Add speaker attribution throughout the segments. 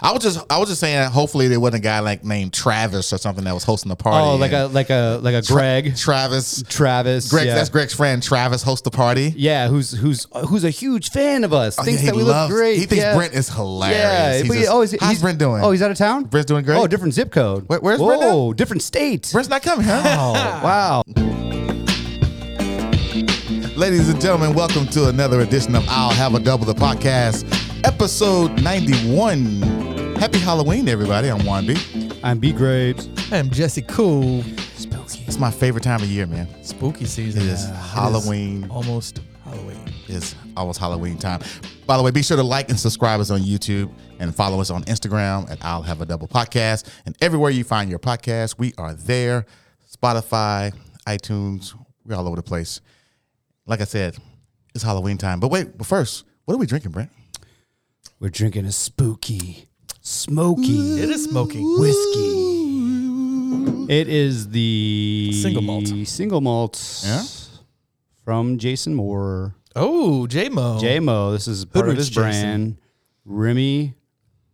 Speaker 1: I was just I was just saying. Hopefully, there wasn't a guy like named Travis or something that was hosting the party.
Speaker 2: Oh, like
Speaker 1: and
Speaker 2: a like a like a Greg
Speaker 1: Travis.
Speaker 2: Travis.
Speaker 1: Greg,
Speaker 2: yeah.
Speaker 1: that's Greg's friend. Travis hosts the party.
Speaker 2: Yeah, who's who's who's a huge fan of us.
Speaker 1: Oh,
Speaker 2: thinks
Speaker 1: yeah,
Speaker 2: that
Speaker 1: he
Speaker 2: we
Speaker 1: loves-
Speaker 2: look great.
Speaker 1: He thinks
Speaker 2: yeah.
Speaker 1: Brent is hilarious.
Speaker 2: Yeah,
Speaker 1: He's
Speaker 2: but
Speaker 1: just,
Speaker 2: oh, is,
Speaker 1: how's
Speaker 2: he's-
Speaker 1: Brent doing?
Speaker 2: Oh, he's out of town.
Speaker 1: Brent's doing great?
Speaker 2: Oh, different zip code.
Speaker 1: Where- where's
Speaker 2: Whoa,
Speaker 1: Brent at?
Speaker 2: different state.
Speaker 1: Brent's not coming, huh?
Speaker 2: Oh, Wow.
Speaker 1: Ladies and gentlemen, welcome to another edition of I'll Have a Double the podcast, episode ninety-one. Happy Halloween, everybody! I'm Wanby.
Speaker 2: I'm B grades.
Speaker 3: I'm Jesse Cool.
Speaker 2: Spooky.
Speaker 1: It's my favorite time of year, man.
Speaker 3: Spooky season.
Speaker 1: It is
Speaker 3: It is
Speaker 1: Halloween.
Speaker 3: almost Halloween.
Speaker 1: It's almost Halloween time. By the way, be sure to like and subscribe us on YouTube and follow us on Instagram at I'll Have a Double Podcast. And everywhere you find your podcast, we are there Spotify, iTunes, we're all over the place. Like I said, it's Halloween time. But wait, but first, what are we drinking, Brent?
Speaker 2: We're drinking a spooky, smoky
Speaker 3: It is smoking.
Speaker 2: whiskey. It is the
Speaker 3: Single malt.
Speaker 2: Single malt.
Speaker 1: Yeah?
Speaker 2: From Jason Moore.
Speaker 3: Oh, J Mo.
Speaker 2: JMO. This is part of
Speaker 3: Hoodwinks
Speaker 2: his brand. Remy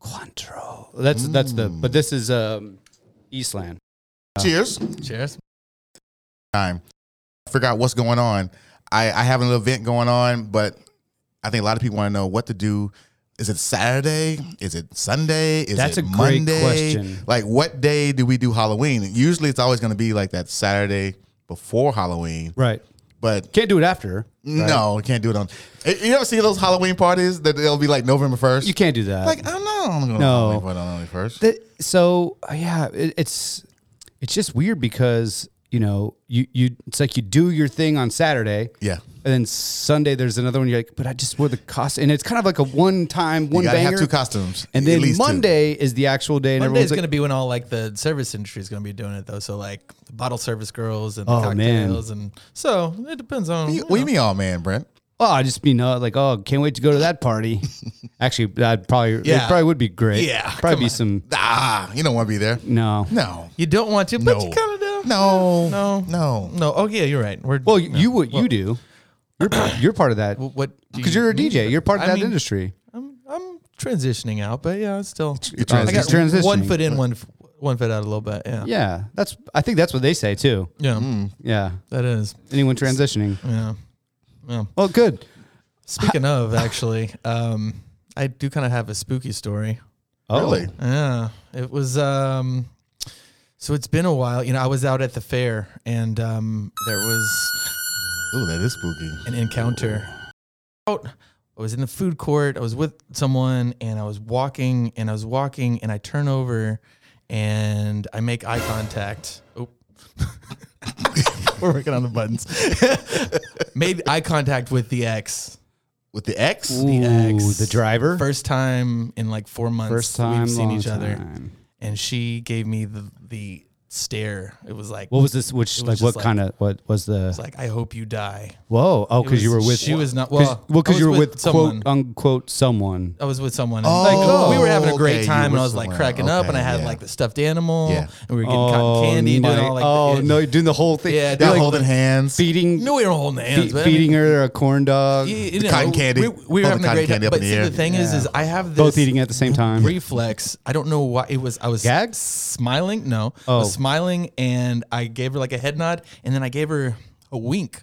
Speaker 2: Cointreau. That's that's the. But this is um, Eastland.
Speaker 1: Cheers.
Speaker 3: Cheers.
Speaker 1: Time. I forgot what's going on. I, I have an event going on, but I think a lot of people want to know what to do. Is it Saturday? Is it Sunday? Is
Speaker 2: That's
Speaker 1: it
Speaker 2: a great
Speaker 1: Monday?
Speaker 2: question.
Speaker 1: Like, what day do we do Halloween? Usually, it's always going to be like that Saturday before Halloween.
Speaker 2: Right.
Speaker 1: But
Speaker 2: Can't do it after.
Speaker 1: no, you can't do it on. You ever see those Halloween parties that they'll be like November first?
Speaker 2: You can't do that.
Speaker 1: like I don't know. I'm going to
Speaker 2: No.
Speaker 1: Halloween party on November first.
Speaker 2: Th- so uh, yeah, it, it's it's just weird because you know you you it's like you do your thing on Saturday.
Speaker 1: Yeah.
Speaker 2: And then Sunday there's another one. You're like, but I just wore the costume, and it's kind of like a one time one
Speaker 1: You gotta
Speaker 2: banger.
Speaker 1: have two costumes.
Speaker 2: and
Speaker 1: at
Speaker 2: then
Speaker 1: least two.
Speaker 2: Monday is the actual day, and
Speaker 3: Monday's
Speaker 2: everyone's
Speaker 3: going
Speaker 2: like,
Speaker 3: to be when all like the service industry is going to be doing it though. So like the bottle service girls and the
Speaker 2: Oh, man.
Speaker 3: cocktails and so it depends on.
Speaker 1: You- What do you mean, all man, Brent?
Speaker 2: oh, I just mean uh, like, oh, can't wait to go to that party. Actually, that probably it
Speaker 3: Yeah.
Speaker 2: probably would be great.
Speaker 3: Yeah,
Speaker 2: probably
Speaker 3: come
Speaker 2: be
Speaker 3: on.
Speaker 2: some
Speaker 1: Ah, you don't want to be there.
Speaker 2: no.
Speaker 1: No.
Speaker 3: You don't want to, but
Speaker 1: No.
Speaker 3: you kind of do.
Speaker 1: No.
Speaker 3: No.
Speaker 1: No.
Speaker 3: No. Oh yeah, you're right. We're
Speaker 2: Well, y you what you do, you're you're part of that
Speaker 3: w- what do
Speaker 2: because you're a
Speaker 3: mean?
Speaker 2: DJ. You're part of
Speaker 3: I
Speaker 2: that
Speaker 3: mean,
Speaker 2: industry.
Speaker 3: I'm I'm transitioning out, but yeah, it's still.
Speaker 1: You're
Speaker 3: I got
Speaker 1: transitioning.
Speaker 2: transitioning.
Speaker 3: one foot in, one f- one foot out a little bit. Yeah.
Speaker 2: Yeah, Mm. that's. I think that's what they say too.
Speaker 3: Yeah.
Speaker 2: Yeah,
Speaker 3: That is.
Speaker 2: anyone transitioning.
Speaker 3: Yeah. Yeah.
Speaker 2: Well, good.
Speaker 3: Speaking of, actually, um, I do kind of have a spooky story.
Speaker 2: Oh,
Speaker 1: Really?
Speaker 3: Yeah, it was. Um, so it's been a while. You know, I was out at the fair, and um, there was
Speaker 1: Ooh, that is spooky.
Speaker 3: an encounter. Out, I was in the food court. I was with someone, and I was walking, and I was walking, and I turn over, and I make eye contact. Oh. We're working on the buttons. Made eye contact with the ex.
Speaker 1: With the X?
Speaker 2: Ooh,
Speaker 3: ex.
Speaker 2: the driver.
Speaker 3: First time in like four months
Speaker 2: First time
Speaker 3: we've seen
Speaker 2: long
Speaker 3: each other.
Speaker 2: time.
Speaker 3: and she gave me the the stare. It was like
Speaker 2: What was this? Which
Speaker 3: It was
Speaker 2: like
Speaker 3: just
Speaker 2: what
Speaker 3: like-
Speaker 2: kind of what was the?
Speaker 3: It's like I hope you die.
Speaker 2: whoa! Oh,
Speaker 3: It was-
Speaker 2: because you were with.
Speaker 3: She was not
Speaker 2: Cause,
Speaker 3: well.
Speaker 2: well,
Speaker 3: I
Speaker 2: because
Speaker 3: was
Speaker 2: you were with
Speaker 3: someone.
Speaker 2: quote unquote someone.
Speaker 3: I was with someone. And
Speaker 1: Oh,
Speaker 3: like we were having a
Speaker 1: okay,
Speaker 3: great
Speaker 1: you
Speaker 3: time,
Speaker 1: were
Speaker 3: and I was like
Speaker 1: somewhere.
Speaker 3: cracking up, and I
Speaker 1: Okay,
Speaker 3: had
Speaker 1: yeah.
Speaker 3: like the stuffed animal,
Speaker 1: Yeah.
Speaker 3: and we were getting cotton candy and doing
Speaker 2: Oh, my-
Speaker 3: all like.
Speaker 2: oh
Speaker 3: the,
Speaker 2: no! You're doing the whole thing.
Speaker 3: Yeah,
Speaker 1: They're
Speaker 3: like
Speaker 1: holding hands.
Speaker 2: feeding,
Speaker 3: No, we were holding hands,
Speaker 2: fe-
Speaker 3: but I mean,
Speaker 2: feeding her a corn dog.
Speaker 3: you- you
Speaker 1: The
Speaker 3: know,
Speaker 1: cotton candy.
Speaker 3: We, we
Speaker 1: All the
Speaker 3: were having
Speaker 1: cotton
Speaker 3: a great
Speaker 1: candy
Speaker 3: time.
Speaker 1: up
Speaker 3: But
Speaker 1: in the
Speaker 3: see,
Speaker 1: air.
Speaker 3: the thing is, is I have this
Speaker 2: Both eating at the same time.
Speaker 3: reflex. I don't know why it was. I was
Speaker 2: Gagged?
Speaker 3: smiling. No, I
Speaker 2: Oh.
Speaker 3: was smiling, and I gave her like a head nod, and then I gave her a wink.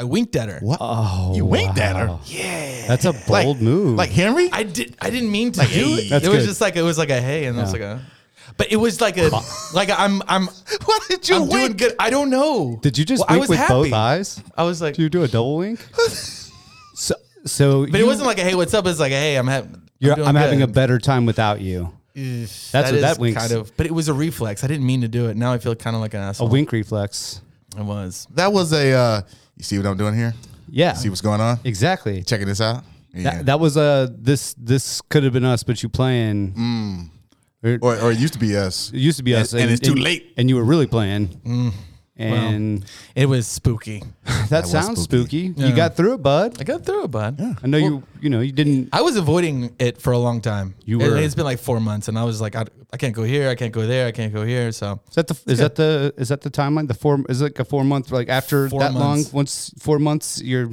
Speaker 3: I winked at her.
Speaker 1: What?
Speaker 2: Oh,
Speaker 1: you winked at her.
Speaker 2: wow.
Speaker 3: Yeah,
Speaker 2: That's a
Speaker 1: Like-
Speaker 2: bold move.
Speaker 1: Like Henry?
Speaker 3: I did. I didn't mean to. do it.
Speaker 2: That's
Speaker 3: it was
Speaker 2: good.
Speaker 3: just like it was like a hey, and it was like a. But it was like a like I'm I'm
Speaker 1: what did you
Speaker 3: I'm doing
Speaker 1: wink?
Speaker 3: good. I don't know.
Speaker 2: Did you just
Speaker 3: Well, I
Speaker 2: wink
Speaker 3: was
Speaker 2: with both
Speaker 3: happy.
Speaker 2: eyes?
Speaker 3: I was like,
Speaker 2: Do you do a double wink? so, so
Speaker 3: but it wasn't like a hey, what's up? It's like a hey, I'm having.
Speaker 2: You're, I'm,
Speaker 3: doing
Speaker 2: having a
Speaker 3: good."
Speaker 2: better time without you.
Speaker 3: That's
Speaker 2: what that wink's-
Speaker 3: kind of. But it was a reflex. I didn't mean to do it. Now I feel kind of like an
Speaker 1: Oh.
Speaker 2: A
Speaker 3: asshole.
Speaker 2: wink reflex.
Speaker 3: I was.
Speaker 1: That was a, uh, you see what I'm doing here?
Speaker 2: Yeah,
Speaker 1: See what's going on?
Speaker 2: exactly.
Speaker 1: Checking this out? Yeah.
Speaker 2: That, that was uh this this could have been us, but you playing. Or-
Speaker 1: or, or it used to be us.
Speaker 2: it used to be us,
Speaker 1: Mm. and it's too late. Mm.
Speaker 2: And you were really playing. And
Speaker 3: It was spooky.
Speaker 2: that,
Speaker 1: was
Speaker 2: sounds
Speaker 1: spooky.
Speaker 2: spooky. You
Speaker 3: Yeah.
Speaker 2: got through it, bud.
Speaker 3: I got through it, bud.
Speaker 2: I know you. You know you didn't.
Speaker 3: I was avoiding it for a long time.
Speaker 2: You
Speaker 3: It-
Speaker 2: were.
Speaker 3: it's been like four months, and I was like, I, I can't go here. I can't go there. I can't go here. So
Speaker 2: Is that the is that the is that the timeline? The four is it like a four month like after
Speaker 3: Four
Speaker 2: that
Speaker 3: months.
Speaker 2: long. Once four months, you're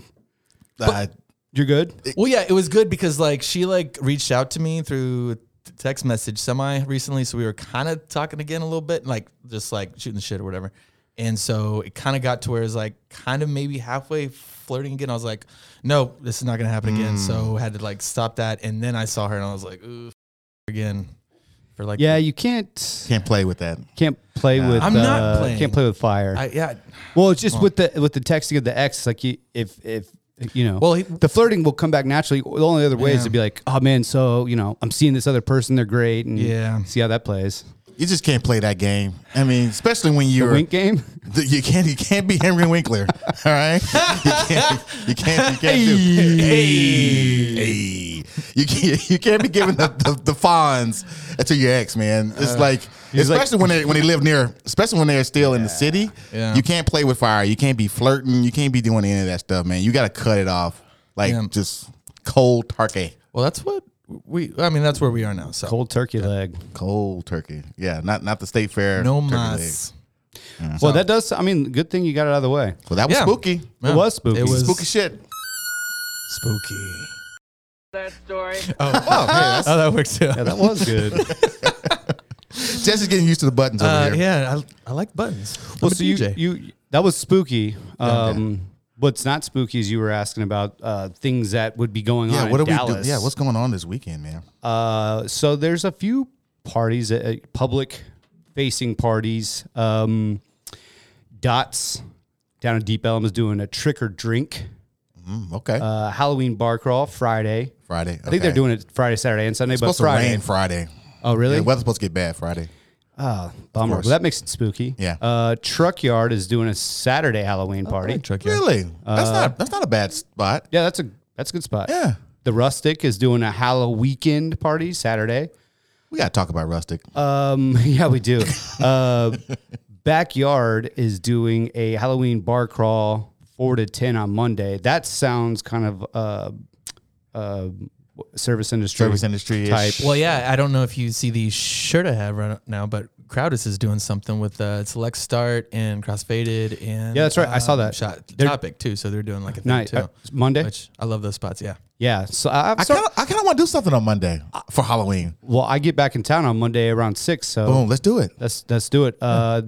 Speaker 1: Uh,
Speaker 2: you're good.
Speaker 3: Well, yeah, it was good because like she like reached out to me through t- text message semi recently, so we were kind of talking again a little bit, like just like shooting the shit or whatever. And so it kind of got to where it was like kind of maybe halfway flirting again. I was like, no, this is not gonna happen again.
Speaker 2: Mm.
Speaker 3: So had to like stop that. And then I saw her and I was like, ooh, f- again, for like
Speaker 2: Yeah, you can't
Speaker 1: Can't play with that.
Speaker 2: can't play with.
Speaker 3: I'm not
Speaker 2: uh,
Speaker 3: playing.
Speaker 2: Can't play with fire.
Speaker 3: I, yeah.
Speaker 2: well, it's just with the with the texting of the ex. Like you, if if you know,
Speaker 3: Well, he-
Speaker 2: the flirting will come back naturally. The only other way
Speaker 3: Yeah.
Speaker 2: is to be like, oh man, so you know, I'm seeing this other person. They're great, and
Speaker 3: Yeah.
Speaker 2: see how that plays.
Speaker 1: You just can't play that game. I mean, especially when you're
Speaker 2: Wink game.
Speaker 1: Th- You can't. You can't be Henry Winkler. All right. You can't. You can't. You can't do. Hey. Hey. You can't. You can't be giving the, the, the fawns to your ex, man.
Speaker 3: Uh,
Speaker 1: It's like, especially when they when they live near, especially when they're still in the city.
Speaker 3: Yeah.
Speaker 1: You can't play with fire. You can't be flirting. You can't be doing any of that stuff, man. You got to cut it off. Like
Speaker 3: Yeah.
Speaker 1: just cold turkey.
Speaker 3: Well, that's what we. I mean, that's where we are now. So
Speaker 2: Cold turkey leg.
Speaker 1: Cold turkey. Yeah. Not not the state fair.
Speaker 3: no
Speaker 1: turkey
Speaker 3: mas.
Speaker 1: leg.
Speaker 2: Well, that does. I mean, good thing you got it out of the way.
Speaker 1: Well, that was
Speaker 3: Yeah.
Speaker 1: spooky.
Speaker 3: Yeah.
Speaker 2: It was spooky.
Speaker 3: It was
Speaker 1: Spooky shit.
Speaker 3: spooky.
Speaker 4: that story.
Speaker 3: Oh, oh, that works too.
Speaker 2: Yeah, that was good.
Speaker 1: Jesse's getting used to the buttons over
Speaker 3: Uh,
Speaker 1: here.
Speaker 3: yeah, I, I like buttons.
Speaker 2: well,
Speaker 3: I'm a
Speaker 2: so you,
Speaker 3: DJ.
Speaker 2: you that was spooky. Um, What's not spooky is you were asking about uh, things that would be going on.
Speaker 1: Yeah, what
Speaker 2: in
Speaker 1: do we do?
Speaker 2: Dallas.
Speaker 1: Yeah, what's going on this weekend, man?
Speaker 2: Uh, so there's a few parties, uh, public facing parties. Um, Dots down in Deep Elm is doing a trick or drink
Speaker 1: Mm, okay,
Speaker 2: uh, Halloween bar crawl Friday.
Speaker 1: Friday.
Speaker 2: I think they're doing it Friday, Saturday, and Sunday,
Speaker 1: It's
Speaker 2: but
Speaker 1: supposed
Speaker 2: Friday.
Speaker 1: to rain Friday.
Speaker 2: Oh, really?
Speaker 1: Yeah, the weather's supposed to get bad Friday.
Speaker 2: Ah, bummer. Well, that makes it spooky.
Speaker 1: Yeah.
Speaker 2: Uh, Truck Yard is doing a Saturday Halloween party.
Speaker 3: truck yeah.
Speaker 1: Really?
Speaker 2: Uh,
Speaker 1: That's not that's not a bad spot.
Speaker 2: Yeah, that's a that's a good spot.
Speaker 1: Yeah,
Speaker 2: The Rustic is doing a Halloween weekend party Saturday.
Speaker 1: we gotta talk about rustic.
Speaker 2: Um, yeah, we do. Uh, Backyard is doing a Halloween bar crawl four to ten on Monday. That sounds kind of uh, uh, service industry
Speaker 1: Service industry-ish.
Speaker 2: type.
Speaker 3: Well, yeah, I don't know if you see the shirt I have right now, but Crowdis is doing something with uh, Select Start and Crossfaded and
Speaker 2: Yeah, that's right. I saw
Speaker 3: um,
Speaker 2: that.
Speaker 3: shot,
Speaker 2: They're-
Speaker 3: topic too. So they're doing like a thing
Speaker 2: Night
Speaker 3: too,
Speaker 2: uh, Monday.
Speaker 3: which I love those spots. Yeah,
Speaker 2: yeah. So I, I'm
Speaker 1: I
Speaker 2: sorry-
Speaker 1: kind of I kind of want to do something on Monday uh, for Halloween.
Speaker 2: well, I get back in town on Monday around six. So
Speaker 1: Boom, let's do it.
Speaker 2: Let's let's do it. Uh,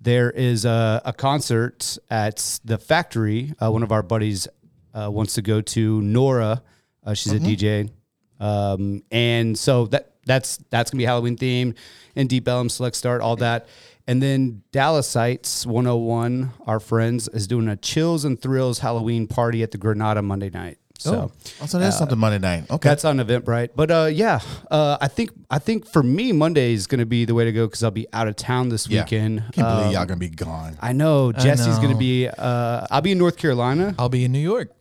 Speaker 2: there is a, a concert at the factory. Uh, one of our buddies uh, wants to go to Nora. Uh, she's a DJ, um, and so that that's that's gonna be Halloween themed and Deep Elm Select Start all that. And then Dallasites 101, our friends, is doing a Chills and Thrills Halloween party at the Granada Monday night.
Speaker 1: Oh.
Speaker 2: So uh,
Speaker 1: Also, there's something Monday night. Okay,
Speaker 2: that's on Eventbrite. But uh, yeah, uh, I think I think for me Monday is going to be the way to go because I'll be out of town this
Speaker 1: yeah.
Speaker 2: weekend.
Speaker 1: Can't
Speaker 2: Uh,
Speaker 1: believe y'all gonna be gone.
Speaker 2: I know Jesse's going to
Speaker 3: know.
Speaker 2: be. Uh, I'll be in North
Speaker 1: Oh,
Speaker 2: Carolina.
Speaker 3: I'll be in New York.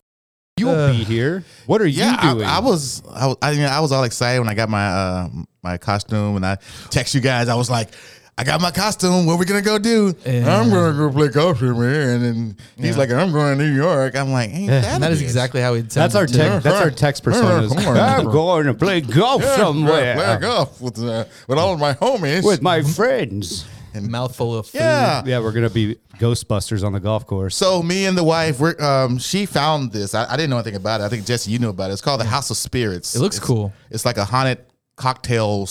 Speaker 2: You'll be here. What are
Speaker 1: Yeah,
Speaker 2: you
Speaker 1: I,
Speaker 2: doing?
Speaker 1: I was I was I, mean, I was all excited when I got my uh, my costume and I text you guys. I was like. I got my costume. What we gonna go do? I'm gonna go play golf here, man. And he's like, I'm going to New York. I'm like, ain't that,
Speaker 3: And that
Speaker 1: a
Speaker 3: is
Speaker 1: bitch?
Speaker 3: exactly how it.
Speaker 2: that's our
Speaker 3: sounded, too.
Speaker 2: tech, that's our text personas. I'm going to play golf
Speaker 1: Yeah,
Speaker 2: somewhere
Speaker 1: Play golf with uh, with all of my homies.
Speaker 2: with my friends.
Speaker 3: mouthful of food.
Speaker 1: yeah.
Speaker 2: Yeah, we're gonna be Ghostbusters on the golf course.
Speaker 1: So me and the wife, we're, um, she found this. I, I didn't know anything about it. I think Jesse, you knew about it. It's called the House of Spirits.
Speaker 3: It looks
Speaker 1: It's-
Speaker 3: cool.
Speaker 1: It's like a haunted cocktail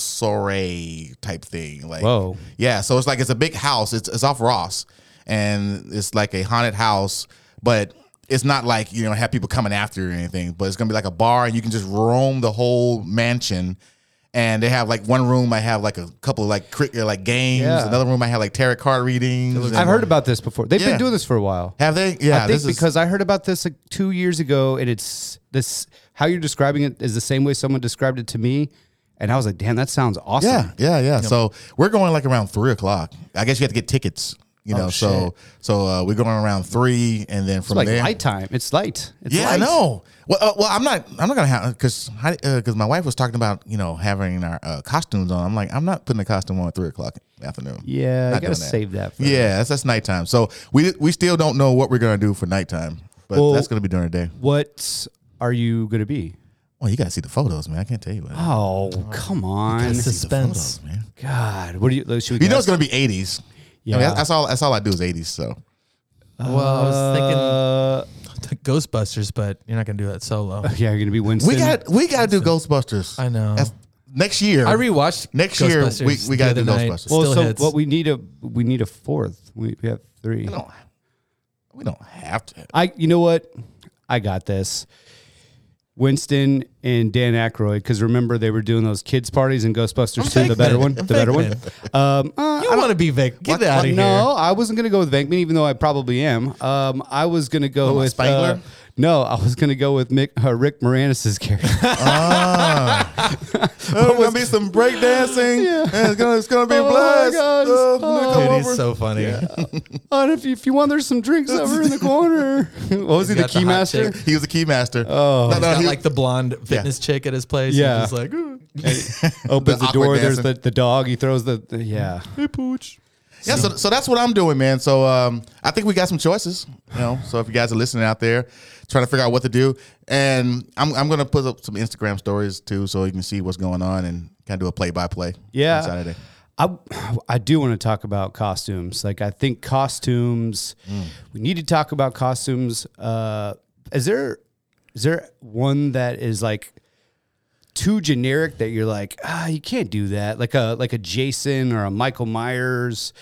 Speaker 1: soiree type thing. Like
Speaker 2: Whoa.
Speaker 1: yeah. So it's like it's a big house. It's it's off Ross, and it's like a haunted house, but. It's not like you know have people coming after you or anything, but it's gonna be like a bar, and you can just roam the whole mansion. And they have like one room might have like a couple of like cricket like games.
Speaker 2: Yeah.
Speaker 1: Another room might have like tarot card readings. and-
Speaker 2: I've heard about this before. They've
Speaker 1: Yeah.
Speaker 2: been doing this for a while.
Speaker 1: Have they? Yeah,
Speaker 2: I think
Speaker 1: this is-
Speaker 2: because I heard about this like two years ago, and it's this how you're describing it is the same way someone described it to me, and I was like, "Damn, that sounds awesome."
Speaker 1: Yeah, yeah, yeah. So we're going like around three o'clock. I guess you have to get tickets. You know, so so uh, we're going around three, and then from
Speaker 2: Oh, it's like
Speaker 1: there,
Speaker 2: light time. It's light. It's
Speaker 1: yeah, I
Speaker 2: light.
Speaker 1: know. Well, uh, well, I'm not. I'm not gonna have because because my wife was talking about you know having our uh, costumes on. I'm like, I'm not putting a costume on at three o'clock in the afternoon. Not
Speaker 2: Yeah, you gotta
Speaker 1: doing that.
Speaker 2: save that. For
Speaker 1: yeah, that's that's nighttime. So we we still don't know what we're gonna do for nighttime, but
Speaker 2: Well-
Speaker 1: that's gonna be during the day.
Speaker 2: What are you gonna be?
Speaker 1: Well, you gotta see the photos, man. I can't tell you what.
Speaker 2: Oh, come on,
Speaker 1: See the
Speaker 3: suspense.
Speaker 1: photos, man.
Speaker 2: God! What do you? Should we
Speaker 1: You know
Speaker 2: guess?
Speaker 1: it's gonna be 80s. Yeah, I mean,
Speaker 2: Yeah.
Speaker 1: that's all. That's all I do is 80s. So
Speaker 3: Well, I was
Speaker 2: Uh,
Speaker 3: thinking Ghostbusters, but you're not gonna do that solo.
Speaker 2: yeah, you're gonna be Winston.
Speaker 1: We got we got to do Ghostbusters.
Speaker 3: I know.
Speaker 1: That's- next year.
Speaker 3: I rewatched
Speaker 1: Next year, we-
Speaker 3: Ghostbusters
Speaker 1: we gotta
Speaker 3: the
Speaker 1: do
Speaker 3: other night.
Speaker 1: Ghostbusters.
Speaker 3: Still
Speaker 2: Well, so
Speaker 3: hits.
Speaker 2: what we need a we need a fourth. We, we have three.
Speaker 1: we don't. We don't have to.
Speaker 2: I you know what? I got this. Winston and Dan Aykroyd, because remember they were doing those kids parties and Ghostbusters too. The
Speaker 3: faking
Speaker 2: better
Speaker 3: it.
Speaker 2: one,
Speaker 3: I'm
Speaker 2: the better one.
Speaker 3: faking
Speaker 2: Um, uh,
Speaker 3: you want to be Vic? Get
Speaker 1: What-
Speaker 3: out of here.
Speaker 2: no, I wasn't gonna go with Venkman, even though I probably am. Um, I was gonna go
Speaker 1: What,
Speaker 2: with
Speaker 1: Spangler?
Speaker 2: uh, no, I was gonna go with Mick, uh, Rick Moranis's character.
Speaker 1: There's gonna be some breakdancing. and it's gonna it's gonna be
Speaker 2: Oh my
Speaker 1: blood.
Speaker 2: God.
Speaker 1: Oh, gonna come
Speaker 3: Dude,
Speaker 1: over.
Speaker 3: he's so funny.
Speaker 2: and if you, if you want, there's some drinks over in the corner. what was he, the
Speaker 3: got the hot
Speaker 2: keymaster?
Speaker 3: chick.
Speaker 1: He was a key master. Oh, no,
Speaker 3: He's got
Speaker 1: he-
Speaker 3: like the blonde fitness chick at his place. He's
Speaker 2: Yeah.
Speaker 3: just like "Ooh."
Speaker 2: Opens
Speaker 1: The
Speaker 2: the,
Speaker 1: awkward
Speaker 2: door.
Speaker 1: dancing.
Speaker 2: There's the, the dog. He throws the, the yeah. Hey pooch.
Speaker 1: yeah. So, so that's what I'm doing, man. So um, I think we got some choices. You know, so if you guys are listening out there, trying to figure out what to do, and I'm I'm gonna put up some Instagram stories too, so you can see what's going on and kind of do a play by play.
Speaker 2: Yeah.
Speaker 1: on Saturday.
Speaker 2: I I do want to talk about costumes. Like I think costumes. We need to talk about costumes. Uh, is there is there one that is like too generic that you're like ah you can't do that like a like a Jason or a Michael Myers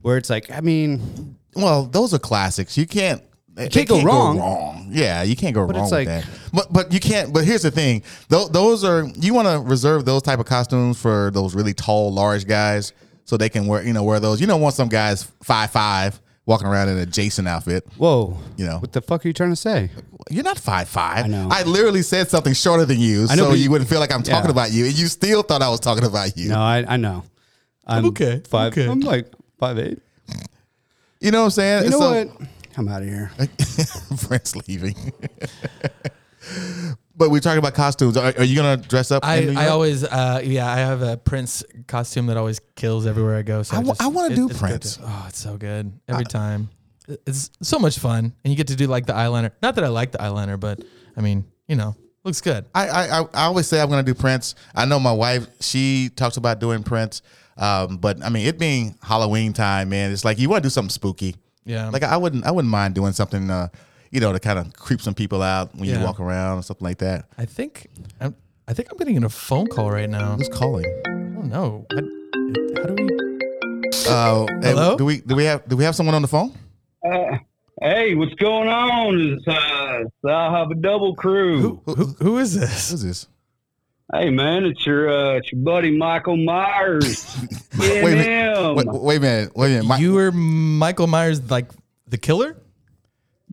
Speaker 2: where it's like I mean
Speaker 1: Well, those are classics. You can't. You
Speaker 2: can't go wrong.
Speaker 1: Yeah, you can't go wrong with
Speaker 2: it's like-
Speaker 1: that. But but you can't. But here's the thing: those, those are you want to reserve those type of costumes for those really tall, large guys, so they can wear you know wear those. You don't want some guys five five walking around in a Jason outfit.
Speaker 2: whoa
Speaker 1: You know.
Speaker 2: what the fuck are you trying to say
Speaker 1: You're not five five. I
Speaker 2: know.
Speaker 1: literally said something shorter than you,
Speaker 2: know,
Speaker 1: so
Speaker 2: but
Speaker 1: you,
Speaker 2: you-
Speaker 1: wouldn't feel like I'm talking
Speaker 2: Yeah.
Speaker 1: about you, and you still thought I was talking about you.
Speaker 2: no I I know I'm
Speaker 3: okay,
Speaker 2: five
Speaker 3: okay.
Speaker 2: I'm like five eight
Speaker 1: You know what I'm saying?
Speaker 2: you know
Speaker 1: So-
Speaker 2: what I'm out of here
Speaker 1: Brent's leaving. but we're talking about costumes. Are, are you gonna dress up? in New
Speaker 3: I, I
Speaker 1: York?
Speaker 3: always uh, yeah I have a Prince costume that always kills everywhere I go. So
Speaker 1: I
Speaker 3: I,
Speaker 1: wa-
Speaker 3: just-
Speaker 1: I wanna
Speaker 3: it-
Speaker 1: do
Speaker 3: it's good
Speaker 1: Prince.
Speaker 3: to- oh, it's so good every time. It- It's so much fun, and you get to do like the eyeliner. Not that I like the eyeliner, but I mean you know looks good.
Speaker 1: I, I I- I always say I'm gonna do Prince. I know my wife. She talks about doing Prince. Um, but I mean, it being Halloween time, man, it's like you want to do something spooky.
Speaker 3: Yeah.
Speaker 1: Like I wouldn't I wouldn't mind doing something, uh, you know, to kind of creep some people out when you
Speaker 3: Yeah.
Speaker 1: walk around or something like that.
Speaker 3: I think I'm I think I'm getting a phone call right now.
Speaker 1: Who's calling?
Speaker 3: I don't know. How, how do we?
Speaker 1: Uh, hey,
Speaker 3: Hello?
Speaker 1: Do we do we have do we have someone on the phone?
Speaker 5: Uh, hey, what's going on? It's, uh, it's the I have a double crew.
Speaker 3: Who, who, who is this?
Speaker 1: Who's this?
Speaker 5: Hey, man, it's your uh, it's your buddy Michael Myers. Get
Speaker 1: Wait a minute.
Speaker 5: him.
Speaker 1: Wait, wait a minute. Wait a minute. My-
Speaker 3: you were Michael Myers, like the killer?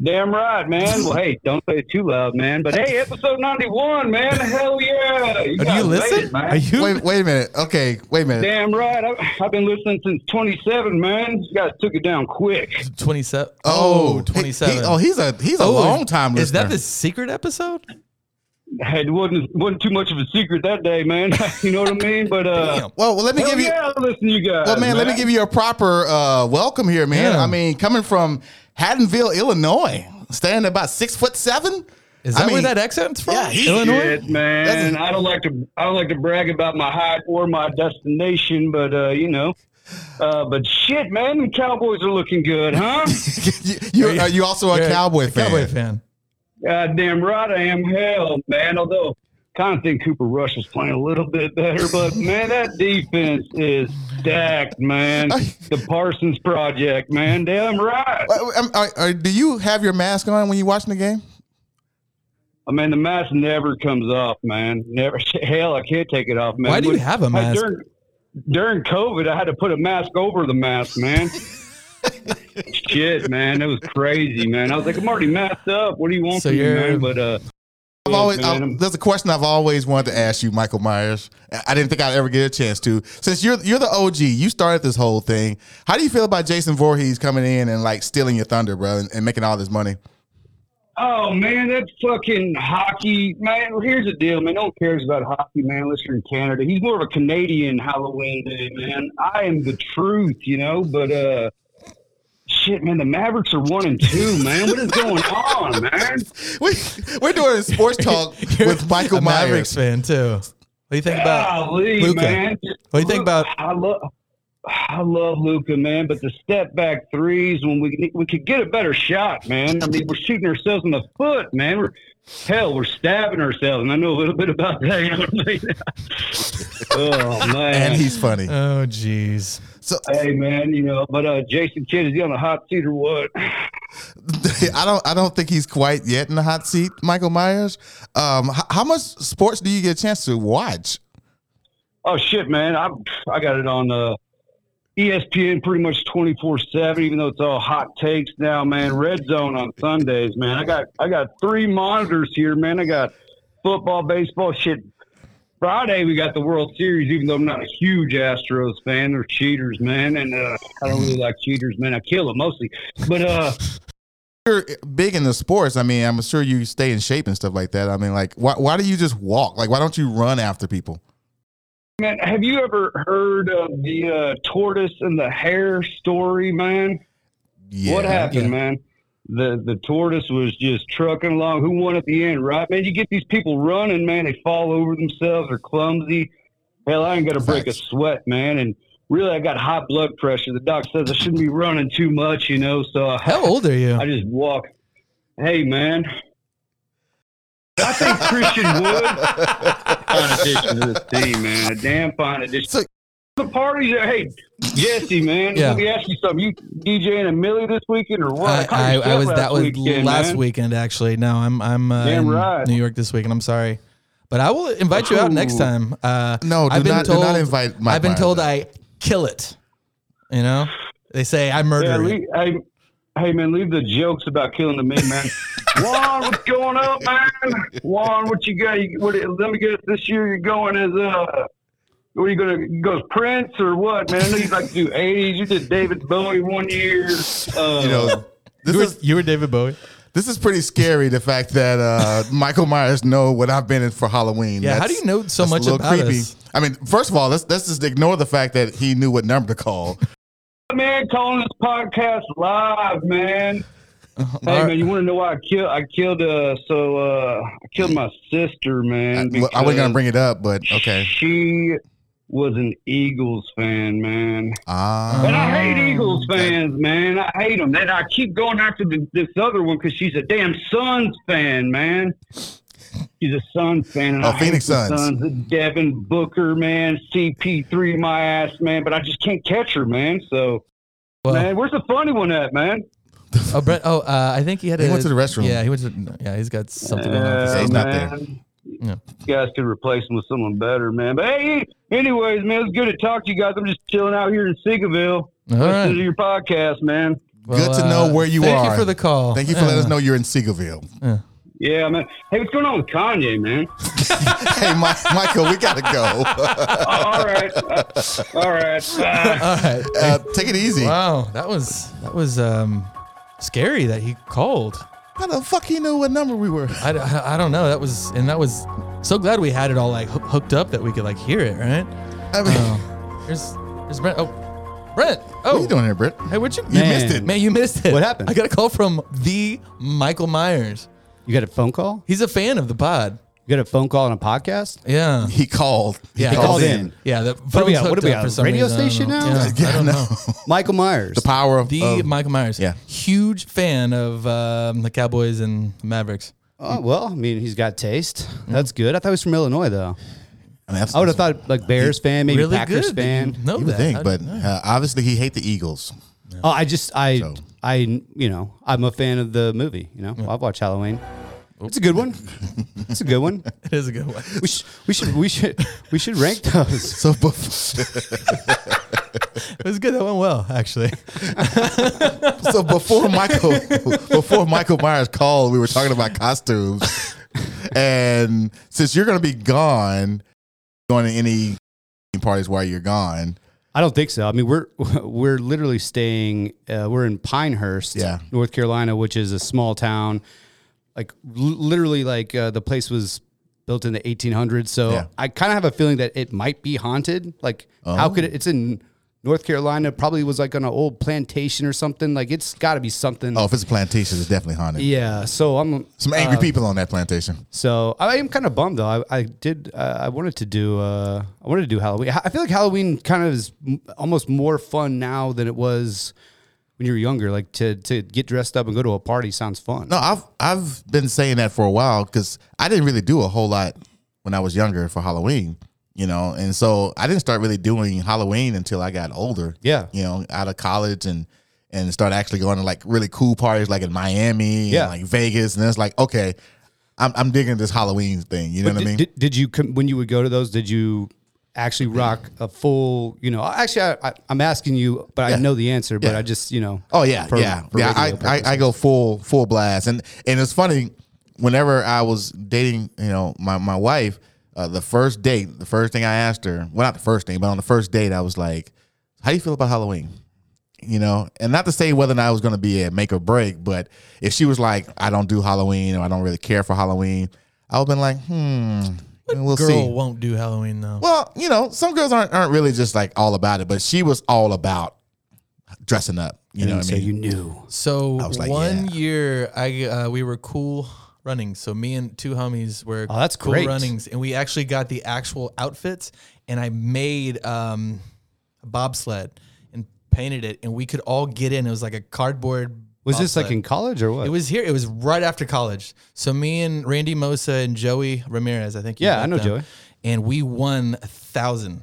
Speaker 5: Damn right, man. Well, hey, don't say it too loud, man. But hey, episode ninety-one, man. Hell yeah! You
Speaker 3: Are
Speaker 5: guys
Speaker 3: Oh, you
Speaker 5: made it,
Speaker 3: listen?
Speaker 5: man.
Speaker 3: Are you?
Speaker 1: wait, wait a minute. Okay, wait a minute.
Speaker 5: Damn right. I, I've been listening since twenty-seven, man. You guys took it down quick.
Speaker 3: 27. Oh,
Speaker 1: he-
Speaker 3: 27.
Speaker 1: he- oh, he's a he's a
Speaker 3: Oh,
Speaker 1: long time listener.
Speaker 3: Is that the secret episode?
Speaker 5: It wasn't wasn't too much of a secret that day, man. you know what I mean? But uh,
Speaker 3: Damn.
Speaker 1: Well, well, let me
Speaker 5: hell
Speaker 1: give you.
Speaker 5: yeah, I listen, to you guys.
Speaker 1: Well, man, let me give you a proper uh, welcome here, man.
Speaker 3: Yeah.
Speaker 1: I mean, coming from Haddonville, Illinois, standing about six foot seven.
Speaker 3: Is
Speaker 1: I
Speaker 3: that where
Speaker 1: mean,
Speaker 3: that accent's from?
Speaker 1: yeah, he-
Speaker 3: Illinois?
Speaker 5: Shit, man.
Speaker 1: That's-
Speaker 5: I don't like to I don't like to brag about my height or my destination, but uh, you know. Uh, but shit, man, the Cowboys are looking good, huh?
Speaker 1: you, uh, you, are you also a
Speaker 3: You're
Speaker 1: cowboy fan?
Speaker 3: Cowboy fan.
Speaker 5: Goddamn right I am. Hell, man. Although, kind of think Cooper Rush was playing a little bit better, but man, that defense is stacked, man. The Parsons Project, man. Damn right.
Speaker 1: Uh, um, are- are- do you have your mask on when you're watching the game?
Speaker 5: I mean, the mask never comes off, man. Never. Hell, I can't take it off, man.
Speaker 3: Why do you
Speaker 5: When-
Speaker 3: have a
Speaker 5: I-
Speaker 3: mask?
Speaker 5: During, during COVID, I had to put a mask over the mask, man. Shit, man, that was crazy, man. I was like, I'm already masked up. What do you want
Speaker 3: So
Speaker 5: from me,
Speaker 3: you're-
Speaker 5: man? But uh,
Speaker 1: I've
Speaker 5: yeah,
Speaker 1: always
Speaker 5: man,
Speaker 1: I,
Speaker 5: I'm-
Speaker 1: there's a question I've always wanted to ask you, Michael Myers. I- I didn't think I'd ever get a chance to. Since you're you're the OG, you started this whole thing. How do you feel about Jason Voorhees coming in and like stealing your thunder, bro, and, and making all this money?
Speaker 5: Oh man, that fucking hockey man. Here's the deal, man. No one cares about hockey, man. Unless you're in Canada, he's more of a Canadian Halloween day, man. I am the truth, you know. But uh, shit, man, the Mavericks are one and two, man. What is going on, man?
Speaker 1: We we're doing sports talk
Speaker 3: You're
Speaker 1: with Michael
Speaker 3: a
Speaker 1: Myers.
Speaker 3: Mavericks fan, too. What do you think about
Speaker 5: Golly,
Speaker 3: Luka?
Speaker 5: man.
Speaker 3: What do you think about-
Speaker 5: I love. I love Luca, man, but the step back threes when we we could get a better shot, man. I mean, we're shooting ourselves in the foot, man. We're hell, we're stabbing ourselves, and I know a little bit about that. You know what I mean? oh man,
Speaker 1: And he's funny.
Speaker 3: Oh, jeez.
Speaker 1: So
Speaker 5: hey man, you know. But uh, Jason Kidd is he on the hot seat or what?
Speaker 1: I don't I don't think he's quite yet in the hot seat, Michael Myers. Um, h- how much sports do you get a chance to watch?
Speaker 5: Oh shit, man! I I got it on uh, ESPN pretty much twenty four seven. Even though it's all hot takes now, man. Red Zone on Sundays, man. I got I got three monitors here, man. I got football, baseball, shit. Friday we got the World Series. Even though I'm not a huge Astros fan, they're cheaters, man. And uh, I don't really like cheaters, man. I kill them mostly, but uh,
Speaker 1: You're big in the sports. I mean, I'm sure you stay in shape and stuff like that. I mean, like why why do you just walk? Like why don't you run after people?
Speaker 5: man, have you ever heard of the uh, tortoise and the hare story, man?
Speaker 1: Yeah.
Speaker 5: What happened,
Speaker 3: Yeah.
Speaker 5: man? The the tortoise was just trucking along. Who won at the end, right? Man, you get these people running, man. They fall over themselves. They're clumsy. Hell, I ain't got to break a
Speaker 1: Facts.
Speaker 5: sweat, man. And really, I got high blood pressure. The doc says I shouldn't be running too much, you know. So I,
Speaker 3: How old are you?
Speaker 5: I just walk. Hey, man. I think Christian Wood, fine addition to this team, man. A damn fine addition.
Speaker 1: So-
Speaker 5: the parties are, hey, Jesse, man,
Speaker 3: Yeah.
Speaker 5: let me ask you something. You DJing in Millie this weekend or what?
Speaker 3: I,
Speaker 5: caught
Speaker 3: I,
Speaker 5: your
Speaker 3: I
Speaker 5: stuff
Speaker 3: was that was
Speaker 5: weekend,
Speaker 3: last
Speaker 5: man.
Speaker 3: weekend actually. No, I'm I'm uh,
Speaker 5: Damn
Speaker 3: in
Speaker 5: right.
Speaker 3: New York this weekend. I'm sorry, but I will invite you out next
Speaker 5: Ooh.
Speaker 3: time. Uh,
Speaker 1: No, Oh, do not- do not invite Mike
Speaker 3: I've been
Speaker 1: Myers
Speaker 3: told
Speaker 1: out.
Speaker 3: I kill it. You know, they say I
Speaker 5: Yeah,
Speaker 3: murder it.
Speaker 5: leave, hey, hey, man, leave the jokes about killing the meat, man. Juan, what's going up, man? Juan, what you got? You, what, let me guess. This year you're going as uh, what are you gonna you go as Prince or what, man? I know you like to do '80s. You did David Bowie one year. Uh,
Speaker 1: You know, this
Speaker 3: You were,
Speaker 1: is
Speaker 3: you were David Bowie.
Speaker 1: this is pretty scary. The fact that uh, Michael Myers know what I've been in for Halloween.
Speaker 3: Yeah, how
Speaker 1: That's-
Speaker 3: do you know so
Speaker 1: that's a
Speaker 3: much
Speaker 1: little
Speaker 3: about us?
Speaker 1: I mean, first of all, let's let's just ignore the fact that he knew what number to call.
Speaker 5: man, calling this podcast live, man. Hey man, you want to know why I killed? I killed. Uh, so uh, I killed my sister,
Speaker 1: I,
Speaker 5: man.
Speaker 1: Uh, well, I wasn't gonna
Speaker 5: because-
Speaker 1: bring it up, but okay.
Speaker 5: She was an Eagles fan, man.
Speaker 1: Ah,
Speaker 5: And I hate
Speaker 3: Oh,
Speaker 5: Eagles fans, man. I hate them. And I keep going after the, this other one because she's a damn Suns fan, man. She's a Suns fan. And
Speaker 1: Oh,
Speaker 5: I hate
Speaker 1: Phoenix
Speaker 5: the
Speaker 1: Suns.
Speaker 5: Suns. Devin Booker, man. CP3, my ass, man. But I just can't catch her, man. So,
Speaker 3: Well,
Speaker 5: man, where's the funny one at, man?
Speaker 3: oh, Brent, oh, uh, I think he had.
Speaker 1: He
Speaker 3: a,
Speaker 1: went to the restroom.
Speaker 3: Yeah, he went to. Yeah, he's got something going on.
Speaker 1: Yeah, he's not there.
Speaker 5: Uh, man.
Speaker 3: Yeah.
Speaker 5: You guys could replace him with someone better, man. But hey, anyways, man, it's good to talk to you guys. I'm just chilling out here in Sigaville.
Speaker 3: All
Speaker 5: Listen
Speaker 3: right.
Speaker 5: to your podcast, man.
Speaker 1: Good to know where you
Speaker 3: thank
Speaker 1: are.
Speaker 3: Thank you for the call.
Speaker 1: thank you for
Speaker 3: Oh.
Speaker 1: letting us know you're in Seagoville.
Speaker 5: Yeah, man. Hey, what's going on with Kanye, man?
Speaker 1: hey, Mi- Michael, we gotta go.
Speaker 5: Oh, all right, all right. Ah.
Speaker 3: All right.
Speaker 1: Uh, take it easy.
Speaker 3: Wow, that was that was um, scary that he called.
Speaker 1: How the fuck he knew what number we were?
Speaker 3: I, I, I don't know. That was and that was so glad we had it all like hoo- hooked up that we could like hear it. Right?
Speaker 1: I mean,
Speaker 3: Oh, there's there's Brent. Oh, Brent. Oh,
Speaker 1: what are you doing here, Britt?
Speaker 3: Hey, what you?
Speaker 1: You
Speaker 2: Man.
Speaker 1: missed it.
Speaker 3: Man, you missed it.
Speaker 2: What happened?
Speaker 3: I got a call from the Michael Myers.
Speaker 2: You got a phone call?
Speaker 3: He's a fan of the pod.
Speaker 2: You got a phone call on a podcast?
Speaker 3: Yeah.
Speaker 1: He called.
Speaker 3: Yeah,
Speaker 2: He
Speaker 3: called
Speaker 2: called in.
Speaker 3: Yeah. The
Speaker 2: are we
Speaker 3: phone's
Speaker 2: at? What
Speaker 3: hooked
Speaker 2: are we
Speaker 3: up
Speaker 2: at?
Speaker 3: for some
Speaker 2: Radio
Speaker 3: reason. I don't
Speaker 2: station
Speaker 3: know.
Speaker 2: now? Oh.
Speaker 3: Yeah, I don't know.
Speaker 2: Michael Myers.
Speaker 1: The power of
Speaker 3: The
Speaker 1: of-
Speaker 3: Michael Myers.
Speaker 1: Yeah.
Speaker 3: Huge fan of um, the Cowboys and Mavericks.
Speaker 2: oh, well, I mean, he's got taste.
Speaker 3: Mm-hmm.
Speaker 2: That's good. I thought he was from Illinois, though.
Speaker 1: I, mean, that's-
Speaker 2: I would have thought like Bears fan, maybe
Speaker 3: really
Speaker 2: Packers
Speaker 3: good. that
Speaker 2: fan.
Speaker 3: You know
Speaker 1: You would
Speaker 3: that.
Speaker 1: think,
Speaker 3: I-
Speaker 1: but uh, obviously he hate the Eagles.
Speaker 2: Oh, I just I
Speaker 1: So-
Speaker 2: I you know I'm a fan of the movie. You know, I've watched Halloween. It's a good one. It's a good one.
Speaker 3: it is a good one.
Speaker 2: We should we should we should we should rank those.
Speaker 1: So bef-
Speaker 3: It was good. That went well, actually.
Speaker 1: so before Michael before Michael Myers called, we were talking about costumes, and since you're going to be gone, going to any parties while you're gone,
Speaker 2: I don't think so. I mean, we're we're literally staying. Uh, we're in Pinehurst,
Speaker 1: Yeah.
Speaker 2: North Carolina, which is a small town. Like l- literally, like uh, the place was built in the 1800s. So
Speaker 1: Yeah.
Speaker 2: I kind of have a feeling that it might be haunted. Like, how could it? It's in North Carolina probably was like on an old plantation or something. Like it's got to be something.
Speaker 1: Oh, if it's a plantation, it's definitely haunted.
Speaker 2: Yeah. So I'm
Speaker 1: Some angry people on that plantation.
Speaker 2: so I am kind of bummed though. I, I did uh, I wanted to do uh, I wanted to do Halloween. I feel like Halloween kind of is m- almost more fun now than it was when you were younger. Like to to get dressed up and go to a party sounds fun.
Speaker 1: No, I've I've been saying that for a while because I didn't really do a whole lot when I was younger for Halloween, you know, and so I didn't start really doing Halloween until I got older.
Speaker 2: Yeah.
Speaker 1: you know, out of college and and start actually going to like really cool parties like in Miami,
Speaker 2: Yeah.
Speaker 1: and like Vegas, and it's like okay, I'm I'm digging this Halloween thing. You know what I
Speaker 2: did,
Speaker 1: mean?
Speaker 2: did, did you com- when you would go to those? Did you actually rock a full? You know, actually I, I, I'm asking you, but I know the answer. But I just you know.
Speaker 1: Oh yeah,
Speaker 2: for-
Speaker 1: yeah,
Speaker 2: for
Speaker 1: yeah.
Speaker 2: radio
Speaker 1: I, I,
Speaker 2: purposes.
Speaker 1: I go full full blast, and and it's funny. Whenever I was dating, you know, my my wife, uh, the first date, the first thing I asked her, well, not the first thing, but on the first date, I was like, "How do you feel about Halloween?" You know, and not to say whether or not I was going to be a make or break, but if she was like, "I don't do Halloween" or "I don't really care for Halloween," I would have been like, "Hmm, we'll
Speaker 3: Girl
Speaker 1: see."
Speaker 3: won't do Halloween though.
Speaker 1: Well, you know, some girls aren't aren't really just like all about it, but she was all about dressing up. You know
Speaker 2: And
Speaker 1: what I
Speaker 2: so
Speaker 1: mean?
Speaker 2: you knew.
Speaker 3: So
Speaker 1: was like,
Speaker 3: one
Speaker 1: yeah.
Speaker 3: year, I uh, we were cool running. So me and two homies were
Speaker 2: Oh, that's
Speaker 3: cool
Speaker 2: great.
Speaker 3: runnings, and we actually got the actual outfits, and I made um, a bobsled and painted it, and we could all get in. It was like a cardboard.
Speaker 2: Was this like
Speaker 3: bobsled.
Speaker 2: in college or what?
Speaker 3: It was here. It was right after college. So me and Randy Mosa and Joey Ramirez, I think. you
Speaker 2: Yeah, I
Speaker 3: met
Speaker 2: know
Speaker 3: them,
Speaker 2: Joey.
Speaker 3: And we won a thousand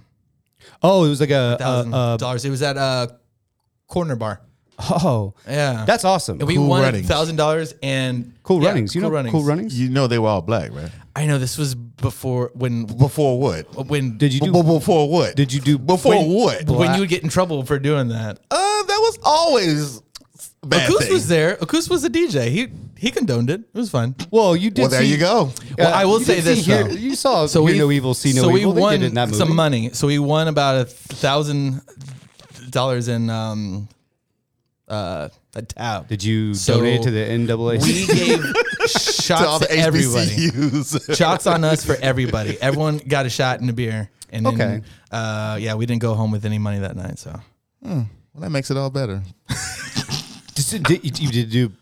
Speaker 2: oh, it was like a,
Speaker 3: thousand
Speaker 2: a, a
Speaker 3: dollars. It was at a corner bar.
Speaker 2: oh,
Speaker 3: Yeah,
Speaker 2: that's awesome.
Speaker 3: and we
Speaker 1: Cool
Speaker 3: won a
Speaker 1: Runnings.
Speaker 3: thousand dollars and
Speaker 2: Cool
Speaker 3: yeah,
Speaker 2: runnings. You know, cool runnings.
Speaker 1: You know they were all black, right?
Speaker 3: I know this was before when
Speaker 1: Before what?
Speaker 3: when
Speaker 2: Did you
Speaker 1: B-
Speaker 2: do?
Speaker 1: b- before what?
Speaker 2: Did you do
Speaker 1: before
Speaker 2: when-
Speaker 1: what?
Speaker 3: when you would get in trouble for doing that.
Speaker 1: Uh, that was always a bad
Speaker 3: Akus
Speaker 1: thing.
Speaker 3: was there. Akus was a DJ. He he condoned it. It was fun.
Speaker 2: Well, you did.
Speaker 1: Well, there
Speaker 2: see-
Speaker 1: you go.
Speaker 3: Well,
Speaker 2: Uh,
Speaker 3: I will
Speaker 2: you
Speaker 3: say
Speaker 2: did
Speaker 3: this,
Speaker 2: see Hear-
Speaker 3: though.
Speaker 2: you saw so Hear No Evil, See No
Speaker 3: so
Speaker 2: Evil.
Speaker 3: we
Speaker 2: They
Speaker 3: won
Speaker 2: did in that movie.
Speaker 3: some money. So we won about a thousand dollars in um uh a tab.
Speaker 2: Did you
Speaker 3: So
Speaker 2: donate to the NAACP?
Speaker 3: We gave shots
Speaker 1: to all the
Speaker 3: to everybody.
Speaker 1: HBCUs.
Speaker 3: Shots on us for everybody. Everyone got a shot and a beer. And then,
Speaker 2: Okay.
Speaker 3: uh, yeah, we didn't go home with any money that night. So
Speaker 1: well, that makes it all better.
Speaker 2: Just- did, you did do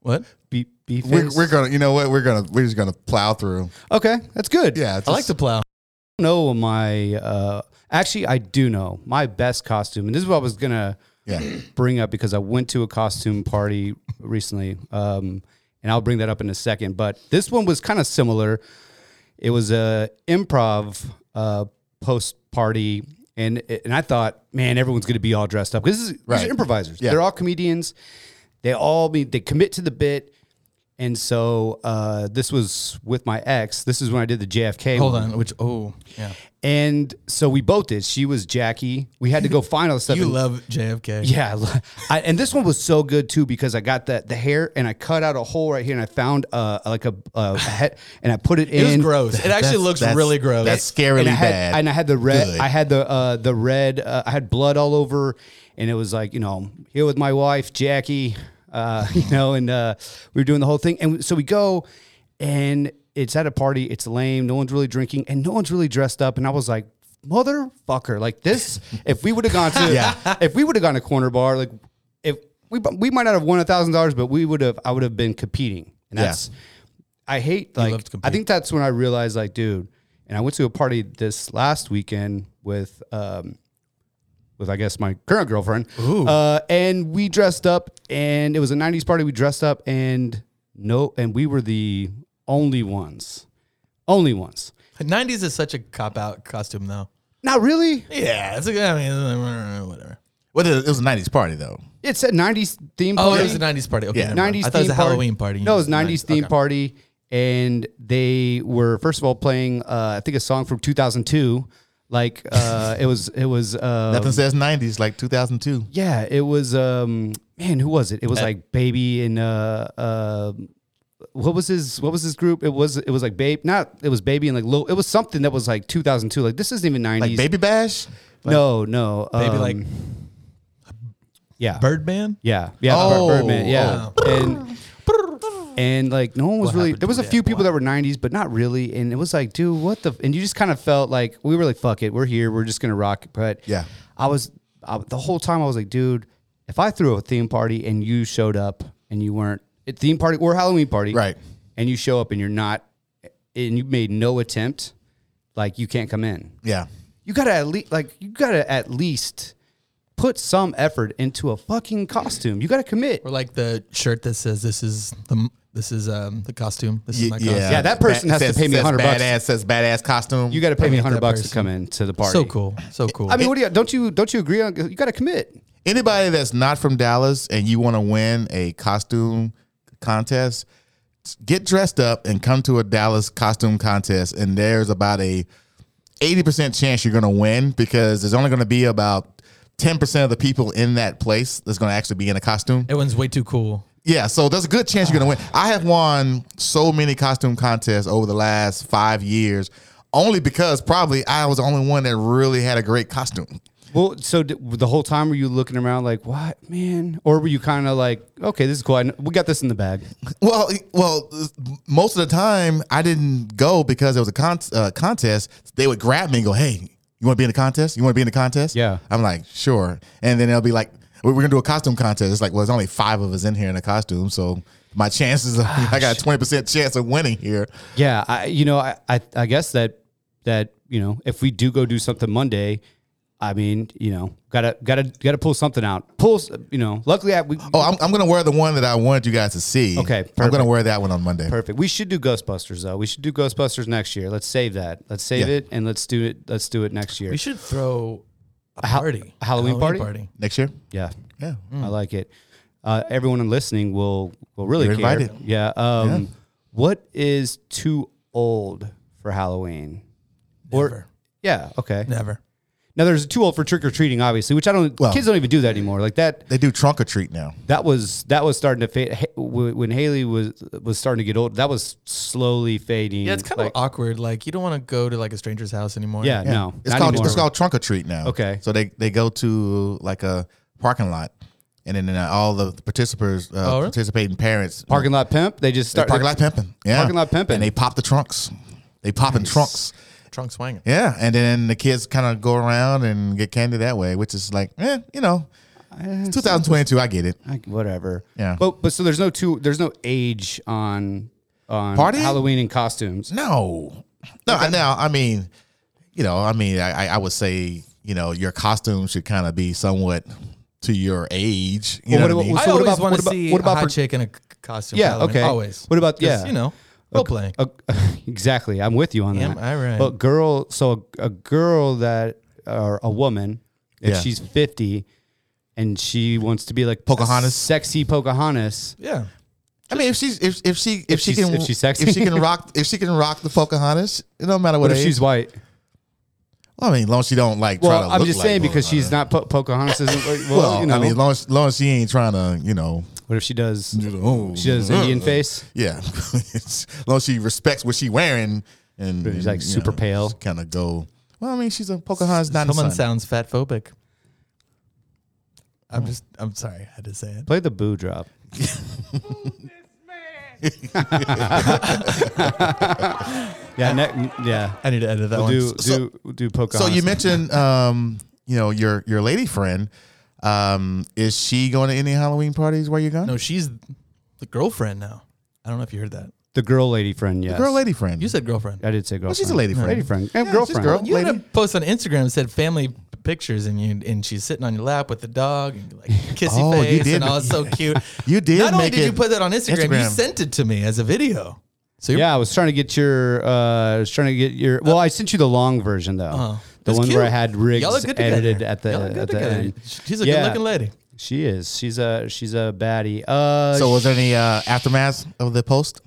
Speaker 3: what?
Speaker 2: beef. beef
Speaker 1: We're,
Speaker 2: face?
Speaker 1: we're gonna, you know what? We're gonna, we're just gonna plow through.
Speaker 2: okay, that's good.
Speaker 1: Yeah,
Speaker 3: I like
Speaker 1: just-
Speaker 3: to plow.
Speaker 2: don't know my uh actually I do know my best costume and this is what I was gonna
Speaker 1: Yeah,
Speaker 2: bring up because I went to a costume party recently um and I'll bring that up in a second but this one was kind of similar it was a improv uh post party and and I thought man everyone's gonna be all dressed up because
Speaker 1: Right.
Speaker 2: these are improvisers
Speaker 1: Yeah.
Speaker 2: they're all comedians they all be they commit to the bit and so uh, this was with my ex. This is when I did the JFK.
Speaker 3: Hold
Speaker 2: one.
Speaker 3: on. Which oh yeah.
Speaker 2: And so we both did. She was Jackie. We had to go find all the stuff.
Speaker 3: You
Speaker 2: and-
Speaker 3: love JFK.
Speaker 2: yeah. I lo- I, and this one was so good too because I got the, the hair and I cut out a hole right here and I found uh, like a, a head and I put it
Speaker 3: It
Speaker 2: in.
Speaker 3: was gross. It actually
Speaker 1: That's-
Speaker 3: looks
Speaker 1: that's-
Speaker 3: really gross.
Speaker 1: That's
Speaker 2: And
Speaker 1: scarily
Speaker 2: I had,
Speaker 1: bad.
Speaker 2: And I had the red.
Speaker 1: Good.
Speaker 2: I had the uh, the red. Uh, I had blood all over, and it was like you know I'm here with my wife Jackie, uh, you know, and uh, we were doing the whole thing, and so we go, and it's at a party. It's lame. No one's really drinking, and no one's really dressed up. And I was like, motherfucker, like this. If we would have gone to,
Speaker 1: Yeah.
Speaker 2: if we would have gone to corner bar, like if we we might not have won a thousand dollars, but we would have. I would have been competing, and
Speaker 1: Yeah.
Speaker 2: that's. I hate like
Speaker 3: love to compete.
Speaker 2: I think that's when I realized like, dude, and I went to a party this last weekend with um with I guess my current girlfriend. Uh and we dressed up and it was a 90s party. We dressed up and no and we were the only ones. Only ones.
Speaker 3: 90s is such a cop out costume though.
Speaker 2: Not really.
Speaker 3: Yeah, it's a, I mean whatever.
Speaker 1: well, it was a '90s party though.
Speaker 2: It's a 90s theme
Speaker 3: Oh,
Speaker 2: party.
Speaker 3: it was a 90s party. Okay,
Speaker 1: Yeah.
Speaker 3: yeah,
Speaker 2: 90s
Speaker 3: 90s. I thought it was
Speaker 2: theme
Speaker 3: a Halloween party.
Speaker 2: No, it was 90s
Speaker 3: Okay.
Speaker 2: theme party. And they were, first of all, playing, uh, I think, a song from 2002. Like, uh, it was, it was, uh,
Speaker 1: Nothing says '90s like 2002.
Speaker 2: yeah, it was, um, man, who was it? It was like Baby and, uh, uh, what was his what was his group? It was it was like Babe, not it was Baby and like Lil. It was something that was like 2002. Like this isn't even 90s.
Speaker 1: Like Baby Bash.
Speaker 2: no, no,
Speaker 3: Maybe
Speaker 2: um,
Speaker 3: like
Speaker 2: yeah,
Speaker 3: Birdman.
Speaker 2: Yeah, yeah,
Speaker 1: Oh,
Speaker 2: Bird- Birdman. Yeah, and and like no one was
Speaker 3: oh. What
Speaker 2: really.
Speaker 3: happened
Speaker 2: There was
Speaker 3: to
Speaker 2: a
Speaker 3: that
Speaker 2: few people
Speaker 3: boy?
Speaker 2: that were '90s, but not really. And it was like, dude, what the? And you just kind of felt like we were like, fuck it, we're here, we're just gonna rock. it. But
Speaker 1: Yeah.
Speaker 2: I was. I, the whole time I was like, dude, if I threw a theme party and you showed up and you weren't at theme party or Halloween party,
Speaker 1: Right.
Speaker 2: And you show up and you're not, and you made no attempt, like you can't come in.
Speaker 1: Yeah.
Speaker 2: You gotta at least like you gotta at least put some effort into a fucking costume. You gotta commit.
Speaker 3: Or like the shirt that says this is the this is um the costume. This is my costume.
Speaker 2: Yeah, that person has to pay me
Speaker 1: says
Speaker 2: 100 bucks.
Speaker 1: Badass says badass costume.
Speaker 2: You gotta pay me
Speaker 3: hate
Speaker 2: hundred
Speaker 3: that
Speaker 2: bucks to
Speaker 3: person.
Speaker 2: come in to the party.
Speaker 3: So cool. So cool.
Speaker 2: I mean, what do you don't you don't you agree on? You gotta commit.
Speaker 1: anybody that's not from Dallas and you want to win a costume contest, get dressed up and come to a Dallas costume contest. And there's about a 80% chance you're going to win because there's only going to be about 10% of the people in that place that's going to actually be in a costume.
Speaker 3: Everyone's way too cool.
Speaker 1: Yeah, so there's a good chance you're gonna win. I have won so many costume contests over the last five years, only because probably I was the only one that really had a great costume.
Speaker 2: Well, so d- the whole time were you looking around like, what, man? Or were you kind of like, okay, this is cool. I kn- we got this in the bag.
Speaker 1: Well, it- well, most of the time I didn't go because there was a con- uh, contest. They would grab me and go, "Hey, you want to be in the contest? You want to be in the contest?"
Speaker 2: Yeah.
Speaker 1: I'm like, "Sure," and then they'll be like, "We- "We're gonna do a costume contest." It's like, well, there's only five of us in here in a costume, so my chances, of, I got a twenty percent chance of winning here.
Speaker 2: Yeah, I, you know, I, I, I guess that that you know, if we do go do something Monday, I mean, you know, gotta gotta gotta pull something out. Pull, s- you know. Luckily, I, we
Speaker 1: Oh, I'm, I'm gonna wear the one that I wanted you guys to see.
Speaker 2: Okay,
Speaker 1: I'm gonna
Speaker 2: perfect.
Speaker 1: wear that one on Monday.
Speaker 2: perfect. We should do Ghostbusters though. We should do Ghostbusters next year. Let's save that. Let's save
Speaker 1: Yeah.
Speaker 2: it and let's do it. Let's do it next year.
Speaker 3: We should throw a
Speaker 2: Hal-
Speaker 3: party.
Speaker 2: a Halloween party?
Speaker 1: Next year,
Speaker 2: yeah,
Speaker 1: yeah,
Speaker 2: I like it. Uh, everyone listening will will really
Speaker 1: You're
Speaker 2: care.
Speaker 1: invited.
Speaker 2: Yeah. Um, What is too old for Halloween?
Speaker 3: Never.
Speaker 2: Yeah. Okay.
Speaker 3: Never.
Speaker 2: Now there's too old for trick or treating, obviously, which I don't.
Speaker 1: Well-
Speaker 2: kids don't even do that anymore. Like that.
Speaker 1: they do trunk or treat now.
Speaker 2: That was that was starting to fade Ha- wh- when Haley was was starting to get old. That was slowly fading.
Speaker 3: Yeah, it's kind
Speaker 2: Like,
Speaker 3: of awkward. Like you don't want to go to like a stranger's house anymore.
Speaker 2: yeah,
Speaker 1: Yeah.
Speaker 2: no.
Speaker 1: it's
Speaker 2: not
Speaker 1: called
Speaker 2: anymore.
Speaker 1: it's called trunk or treat now.
Speaker 2: Okay.
Speaker 1: so they they go to like a parking lot, and then uh, all the participants, uh,
Speaker 2: Oh,
Speaker 3: really?
Speaker 1: participating parents,
Speaker 2: parking lot pimp. They just
Speaker 1: they
Speaker 2: start
Speaker 1: parking lot pimping, yeah,
Speaker 2: Parking lot pimping.
Speaker 1: and they pop the trunks, they popping trunks,
Speaker 3: Trunk swinging.
Speaker 1: yeah, and then the kids kind of go around and get candy that way, which is like, eh, you know, it's 2022, I get it.
Speaker 2: I- whatever.
Speaker 1: Yeah.
Speaker 2: But but so there's no two. There's no age on on
Speaker 1: Partying?
Speaker 2: Halloween and costumes.
Speaker 1: No, no. I Now, I mean, you know, I mean, I, I- I would say, you know, your costume should kind of be somewhat to your age. You
Speaker 2: Well,
Speaker 1: know what,
Speaker 2: what-
Speaker 1: I mean?
Speaker 2: what-
Speaker 3: I
Speaker 2: So
Speaker 3: always
Speaker 2: about-
Speaker 3: want
Speaker 2: what
Speaker 3: to
Speaker 2: about-
Speaker 3: see
Speaker 2: what about
Speaker 3: a hot
Speaker 2: for-
Speaker 3: chick in a c- costume.
Speaker 2: Yeah,
Speaker 3: for Halloween.
Speaker 2: okay.
Speaker 3: Always.
Speaker 2: What about-
Speaker 3: 'Cause,
Speaker 2: yeah.
Speaker 3: You know, role playing.
Speaker 2: A- exactly. I'm with you on
Speaker 3: Am
Speaker 2: that.
Speaker 3: I right?
Speaker 2: But girl, so a, a girl that or a woman, if
Speaker 1: Yeah.
Speaker 2: she's 50 and she wants to be like
Speaker 1: Pocahontas?
Speaker 2: sexy Pocahontas,
Speaker 3: yeah.
Speaker 1: I mean, if she's if if she if, she
Speaker 2: she's-
Speaker 1: can
Speaker 2: if she's sexy.
Speaker 1: if she can rock if she can rock the Pocahontas, it don't matter what,
Speaker 2: but if
Speaker 1: age.
Speaker 2: she's white,
Speaker 1: well, I mean, as long as she don't like. try
Speaker 2: well,
Speaker 1: to
Speaker 2: I'm
Speaker 1: look
Speaker 2: just
Speaker 1: like
Speaker 2: saying because she's
Speaker 1: Pocahontas.
Speaker 2: not po- Pocahontas. Isn't, well,
Speaker 1: Well,
Speaker 2: you know,
Speaker 1: I mean, as long as, as long as she ain't trying to, you know,
Speaker 2: what if she does?
Speaker 1: do the, oh,
Speaker 2: She does Indian face.
Speaker 1: Yeah, as long as she respects what she wearing and
Speaker 2: She's, like, super pale.
Speaker 1: kind of go. Well, I mean, she's a Pocahontas. Not
Speaker 3: Someone sounds fat phobic. I'm just. I'm sorry. I had to say it.
Speaker 2: Play the boo drop. Yeah, ne- yeah.
Speaker 3: I need to edit that
Speaker 2: We'll
Speaker 3: one.
Speaker 2: do
Speaker 1: So-
Speaker 2: do do Pocahontas.
Speaker 1: So you mentioned, um, you know, your your lady friend. Um, is she going to any Halloween parties while you're gone?
Speaker 3: no, she's the girlfriend now. I don't know if you heard that.
Speaker 2: the girl lady friend. Yes,
Speaker 1: girl, lady friend.
Speaker 3: You said girlfriend.
Speaker 2: I did say girlfriend.
Speaker 1: she's a lady friend.
Speaker 2: Lady friend. And
Speaker 1: Yeah, she's
Speaker 2: girlfriend.
Speaker 1: girl.
Speaker 3: You had a
Speaker 1: lady.
Speaker 3: post on Instagram that said family p- pictures, and you and she's sitting on your lap with the dog and like kissy
Speaker 1: Oh, you
Speaker 3: face,
Speaker 1: did.
Speaker 3: and all it's so cute.
Speaker 1: You did.
Speaker 3: Not only
Speaker 1: make
Speaker 3: did you
Speaker 1: it-
Speaker 3: put that on Instagram, you
Speaker 1: Instagram.
Speaker 3: sent it to me as a video. So you're,
Speaker 2: Yeah, I was trying to get your. Uh, I was trying to get your. Well, I sent you the long version though,
Speaker 1: uh-huh.
Speaker 2: the
Speaker 3: That's
Speaker 2: one where I
Speaker 3: cute.
Speaker 2: had Riggs
Speaker 3: Y'all look good together.
Speaker 2: edited at the
Speaker 3: Y'all look good
Speaker 2: at the
Speaker 3: together.
Speaker 2: end.
Speaker 3: She's a
Speaker 2: Yeah.
Speaker 3: good-looking lady.
Speaker 2: She is. She's a. She's a baddie. Uh,
Speaker 1: So was there any uh, aftermath of the post?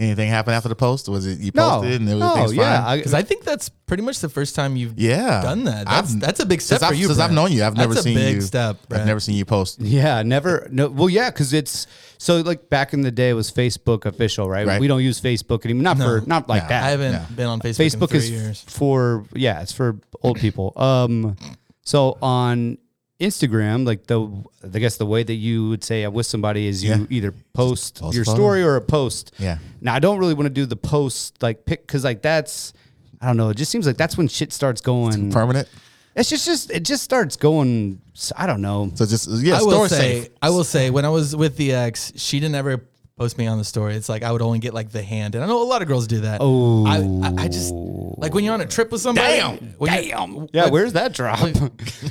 Speaker 1: Anything happened after the post? Was it you
Speaker 2: no,
Speaker 1: posted and it was
Speaker 2: no,
Speaker 1: things
Speaker 2: yeah,
Speaker 1: fine?
Speaker 2: I-
Speaker 3: Because I think that's pretty much the first time you've
Speaker 1: yeah,
Speaker 3: done that. That's, that's a big step
Speaker 1: since
Speaker 3: for
Speaker 1: I've,
Speaker 3: you.
Speaker 1: Since I've
Speaker 3: Brent.
Speaker 1: known you, I've never
Speaker 3: that's
Speaker 1: seen
Speaker 3: a big
Speaker 1: you.
Speaker 3: Step,
Speaker 1: I've
Speaker 3: Brent.
Speaker 1: never seen you post.
Speaker 2: Yeah, never. No, well, yeah, because it's so like back in the day it was Facebook official, right?
Speaker 1: Right.
Speaker 2: We don't use Facebook anymore. Not for not like
Speaker 1: No.
Speaker 2: that.
Speaker 3: I haven't
Speaker 1: Yeah.
Speaker 3: been on Facebook. in
Speaker 2: Facebook
Speaker 3: three
Speaker 2: is
Speaker 3: years.
Speaker 2: for yeah, it's for old people. Um, so on Instagram, like the I guess the way that you would say I'm with somebody is you
Speaker 1: Yeah.
Speaker 2: either post,
Speaker 1: post
Speaker 2: your
Speaker 1: photo.
Speaker 2: story or a post.
Speaker 1: Yeah.
Speaker 2: Now I don't really want to do the post like pick because like that's I don't know. It just seems like that's when shit starts going.
Speaker 1: Permanent.
Speaker 2: It's just, just it just starts going. s- I don't know.
Speaker 1: So just yeah,
Speaker 3: I will
Speaker 1: store
Speaker 3: say,
Speaker 1: safe.
Speaker 3: I will say, when I was with the ex, she didn't ever post me on the story. It's like I would only get like the hand, and I know a lot of girls do that.
Speaker 2: Oh.
Speaker 3: I, I, I just like when you're on a trip with somebody.
Speaker 1: Damn.
Speaker 3: when you're-
Speaker 2: Yeah, where's that drop?
Speaker 3: I-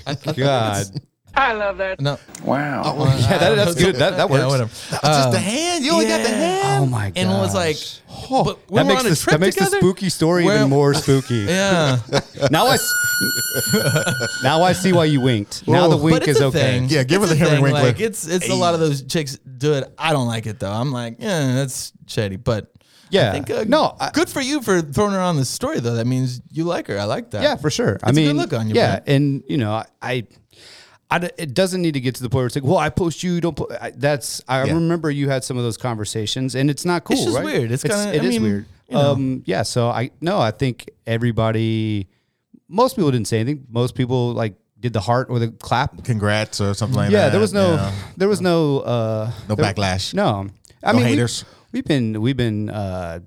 Speaker 3: I-
Speaker 2: God,
Speaker 4: I love that.
Speaker 3: no,
Speaker 1: Oh,
Speaker 2: yeah, that, that's good. That that works.
Speaker 3: yeah, whatever.
Speaker 1: just
Speaker 3: Um,
Speaker 1: the hand. You only got the
Speaker 3: yeah.
Speaker 1: hand.
Speaker 2: Oh my god!
Speaker 3: and it was like, but
Speaker 2: that
Speaker 3: when we're
Speaker 2: makes
Speaker 3: on a
Speaker 2: the,
Speaker 3: trip
Speaker 2: that makes
Speaker 3: together-
Speaker 2: the spooky story
Speaker 3: Well-
Speaker 2: even more spooky.
Speaker 3: Yeah,
Speaker 2: Now I s- now I see why you winked. Now the
Speaker 1: Whoa.
Speaker 2: wink
Speaker 3: but it's
Speaker 2: is
Speaker 3: a
Speaker 2: okay.
Speaker 3: Thing.
Speaker 1: Yeah, give
Speaker 3: It's
Speaker 1: her the
Speaker 3: a
Speaker 1: Henry
Speaker 3: thing.
Speaker 1: Winkler.
Speaker 3: Like it's it's a lot of those chicks do it. I don't like it though. I'm like, yeah, that's shady. But
Speaker 2: Yeah.
Speaker 3: I think uh,
Speaker 2: No, I-
Speaker 3: good for you for throwing her on this story though. That means you like her. I like that.
Speaker 2: Yeah, for sure. I
Speaker 3: It's a
Speaker 2: mean,
Speaker 3: good look on you,
Speaker 2: Yeah,
Speaker 3: bro.
Speaker 2: and you know, I, I, I d- it doesn't need to get to the point where it's like, well, I post you, don't. Po-. I, that's I
Speaker 1: Yeah.
Speaker 2: remember you had some of those conversations, and it's not cool.
Speaker 3: just
Speaker 2: right?
Speaker 3: weird. It's kinda-
Speaker 2: it
Speaker 3: I
Speaker 2: is
Speaker 3: mean,
Speaker 2: weird.
Speaker 3: you know.
Speaker 2: Um, yeah. So I no, I think everybody, most people didn't say anything. Most people like did the heart or the clap.
Speaker 1: Congrats or something like that.
Speaker 2: yeah, there was no,
Speaker 1: yeah.
Speaker 2: there was no, uh,
Speaker 1: No
Speaker 2: there-
Speaker 1: backlash.
Speaker 2: No, I
Speaker 1: No
Speaker 2: mean, we-
Speaker 1: haters.
Speaker 2: We've been, we've been, uh,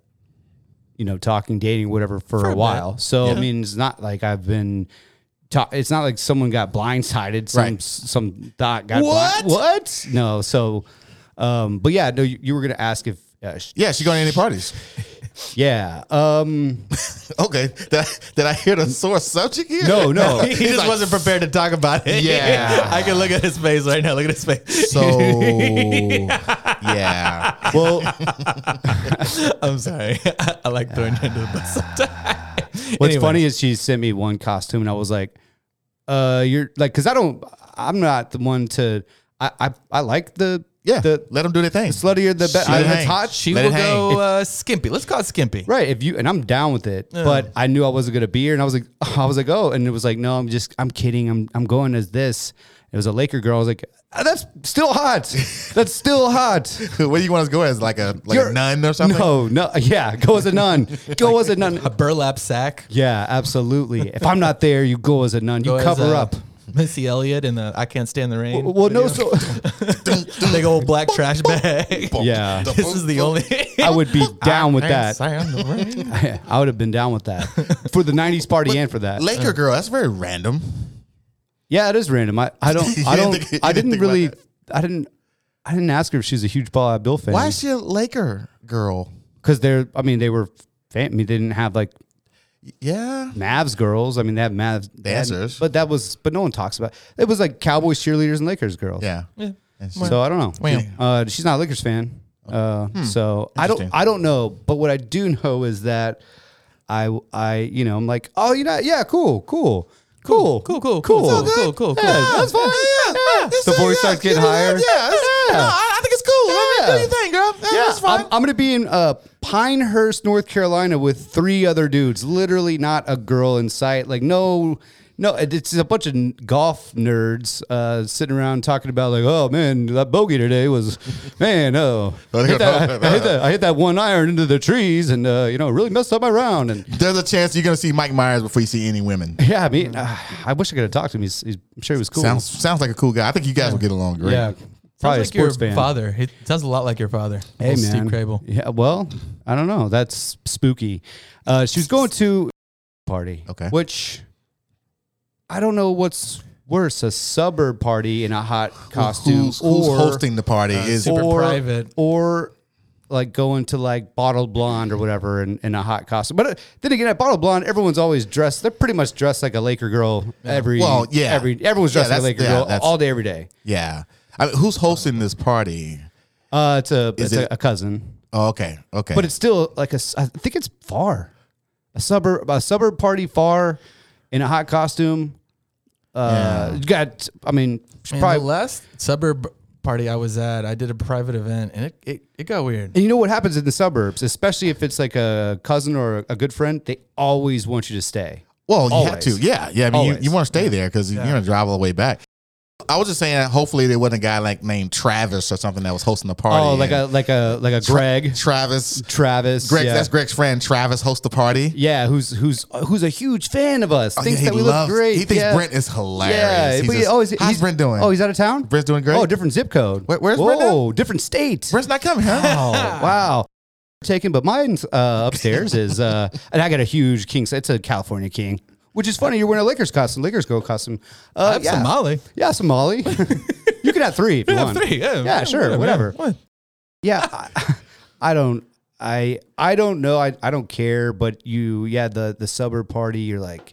Speaker 2: you know, talking, dating, whatever, for,
Speaker 3: a
Speaker 2: a
Speaker 3: bit.
Speaker 2: while. So I
Speaker 1: Yeah.
Speaker 2: mean, it's not like I've been. Ta- it's not like someone got blindsided. Some
Speaker 1: Right.
Speaker 2: some thought got
Speaker 1: What?
Speaker 2: blind- what? No. So, um, but yeah, no. You, you were gonna ask if. Uh, sh-
Speaker 1: Yeah, she going to any parties?
Speaker 2: yeah. Um,
Speaker 1: Okay, did I, did I hear the sore subject here?
Speaker 2: No, no.
Speaker 3: he just
Speaker 1: like-
Speaker 3: wasn't prepared to talk about it.
Speaker 1: Yeah.
Speaker 3: I can look at his face right now. Look at his face.
Speaker 1: So yeah,
Speaker 2: well,
Speaker 3: I'm sorry. I, I like throwing you into the bus sometimes.
Speaker 2: what's
Speaker 3: Anyway.
Speaker 2: funny is she sent me one costume, and I was like, "Uh, you're like, cause I don't, I'm not the one to, I, I, I like the,
Speaker 1: yeah.
Speaker 2: the
Speaker 1: let them do their thing.
Speaker 2: sluttier the better.
Speaker 1: Let it
Speaker 2: It's
Speaker 1: hang.
Speaker 2: hot.
Speaker 3: She
Speaker 1: Let
Speaker 3: will
Speaker 1: it hang.
Speaker 3: go uh, skimpy. Let's call it skimpy.
Speaker 2: Right. If you and I'm down with it, but I knew I wasn't gonna be here, and I was like, I was like, oh, and it was like, no, I'm just, I'm kidding. I'm, I'm going as this. It was a Laker girl. I was like, "Ah, that's still hot. That's still hot.
Speaker 1: what do you want us to go as? Like a like
Speaker 2: You're-
Speaker 1: a nun or something?
Speaker 2: No, no, yeah, go as a nun. Go as a nun.
Speaker 3: A burlap sack.
Speaker 2: Yeah, absolutely. If I'm not there, you go as a nun. You
Speaker 3: Go as,
Speaker 2: cover
Speaker 3: uh,
Speaker 2: up.
Speaker 3: Missy Elliott and the I Can't Stand the Rain.
Speaker 2: Well, no,
Speaker 3: video.
Speaker 2: so
Speaker 3: big old black trash bag.
Speaker 2: yeah,
Speaker 3: this is the only.
Speaker 2: I would be down with
Speaker 3: I
Speaker 2: that.
Speaker 3: stand the rain.
Speaker 2: I would have been down with that for the '90s party and for that.
Speaker 1: Laker girl. That's very random.
Speaker 2: Yeah, it is random. I, I
Speaker 1: You
Speaker 2: don't, I
Speaker 1: didn't
Speaker 2: don't,
Speaker 1: think- you
Speaker 2: I
Speaker 1: didn't
Speaker 2: didn't
Speaker 1: think about
Speaker 2: really,
Speaker 1: that.
Speaker 2: I didn't, I didn't ask her if she's a huge Paul Abdul fan.
Speaker 1: Why is she a Laker girl?
Speaker 2: Because they're, I mean, they were, fan, I mean, they didn't have like
Speaker 1: Yeah,
Speaker 2: Mavs girls. I mean, they have Mavs
Speaker 1: Dancers.
Speaker 2: but that was, but no one talks about. It was like Cowboys cheerleaders and Lakers girls.
Speaker 1: yeah.
Speaker 2: So I don't know.
Speaker 1: Well.
Speaker 2: Uh, she's not a Lakers fan. Uh,
Speaker 3: Hmm.
Speaker 2: so I don't
Speaker 1: Interesting.
Speaker 2: I don't know, but what I do know is that I I you know I'm like oh you know yeah cool cool cool
Speaker 3: cool, cool, cool,
Speaker 2: cool
Speaker 3: cool, cool, cool, cool.
Speaker 2: yeah, that's fine yeah, the voice starts getting higher
Speaker 1: I think it's cool.
Speaker 2: Let me do your
Speaker 1: thing, girl.
Speaker 2: Yeah, I'm, I'm gonna be in uh, Pinehurst, North Carolina, with three other dudes. Literally, not a girl in sight. Like no, no. it- It's a bunch of n- golf nerds uh, sitting around talking about like, oh man, that bogey today was, man, oh, I hit that, I hit that, I hit that one iron into the trees, and uh, you know, really messed up my round. And
Speaker 1: There's a chance you're gonna see Mike Myers before you see any women.
Speaker 2: yeah, I mean, uh, I wish I could have talked to him. He's, he's, I'm sure he was cool.
Speaker 1: Sounds sounds like a cool guy. I think you guys will get along great.
Speaker 2: yeah,
Speaker 3: Sounds
Speaker 2: probably a
Speaker 3: like your
Speaker 2: sports fan.
Speaker 3: father. It sounds a lot like your father.
Speaker 2: Hey
Speaker 3: Old
Speaker 2: man,
Speaker 3: Steve Crable.
Speaker 2: Yeah, well, I don't know. That's spooky. Uh, she was going to a party.
Speaker 1: Okay.
Speaker 2: Which I don't know what's worse, a suburb party in a hot costume
Speaker 1: Who's, who's
Speaker 2: or Uh,
Speaker 1: hosting the party is
Speaker 3: super
Speaker 2: or,
Speaker 3: private.
Speaker 2: or like going to like bottled blonde or whatever in, in a hot costume. But uh, then again, at bottled blonde, everyone's always dressed. They're pretty much dressed like a Laker girl every.
Speaker 1: Well, yeah.
Speaker 2: Every everyone's
Speaker 1: Yeah,
Speaker 2: dressed like
Speaker 1: that's-
Speaker 2: a Laker
Speaker 1: yeah,
Speaker 2: girl
Speaker 1: that's-
Speaker 2: all day, every day.
Speaker 1: yeah. I mean, who's hosting this party?
Speaker 2: Uh, it's a
Speaker 1: Is
Speaker 2: it's a-
Speaker 1: it-
Speaker 2: a cousin.
Speaker 1: Oh, okay, okay.
Speaker 2: but it's still like a. s- I think it's far, a suburb, a suburb party far, in a hot costume. Uh,
Speaker 1: Yeah.
Speaker 2: you got. I mean, she
Speaker 3: Man,
Speaker 2: probably.
Speaker 3: the last suburb party I was at, I did a private event, and it it, it got weird.
Speaker 2: and you know what happens in the suburbs, especially if it's like a cousin or a good friend, they always want you to stay.
Speaker 1: well, you have
Speaker 2: always.
Speaker 1: to. Yeah, yeah. I mean, you,
Speaker 2: Always.
Speaker 1: you want to stay there because you're gonna drive all the way back. I was just saying, hopefully there wasn't a guy like named Travis or something that was hosting the party.
Speaker 2: Oh, like
Speaker 1: and
Speaker 2: a like a like a Greg,
Speaker 1: Travis.
Speaker 2: Travis,
Speaker 1: Greg,
Speaker 2: yeah.
Speaker 1: that's Greg's friend. Travis hosts the party.
Speaker 2: Yeah, who's who's who's a huge fan of us.
Speaker 1: Oh,
Speaker 2: thinks
Speaker 1: yeah,
Speaker 2: that we look great.
Speaker 1: He thinks
Speaker 2: yeah.
Speaker 1: Brent is hilarious.
Speaker 2: Yeah,
Speaker 1: he's
Speaker 2: but
Speaker 1: just,
Speaker 2: oh, is he-
Speaker 1: how's Brent doing?
Speaker 2: Oh, he's out of town.
Speaker 1: Brent's doing great.
Speaker 2: Oh, different zip code.
Speaker 1: Where- where's Brent
Speaker 2: Whoa, different state.
Speaker 1: Brent's not coming, huh?
Speaker 2: Wow, wow. Taken, but mine's uh, upstairs is, uh, and I got a huge king. It's a California king. Which is funny. You're wearing a Lakers costume. Lakers go costume. Uh,
Speaker 3: I have some Molly.
Speaker 2: Yeah, Somali. you could have three if you
Speaker 3: Yeah,
Speaker 2: want.
Speaker 3: three. Yeah,
Speaker 2: Yeah, sure, whatever.
Speaker 3: What?
Speaker 2: Yeah, I, I don't. I I don't know. I, I don't care. But you, yeah, the the suburb party. You're like,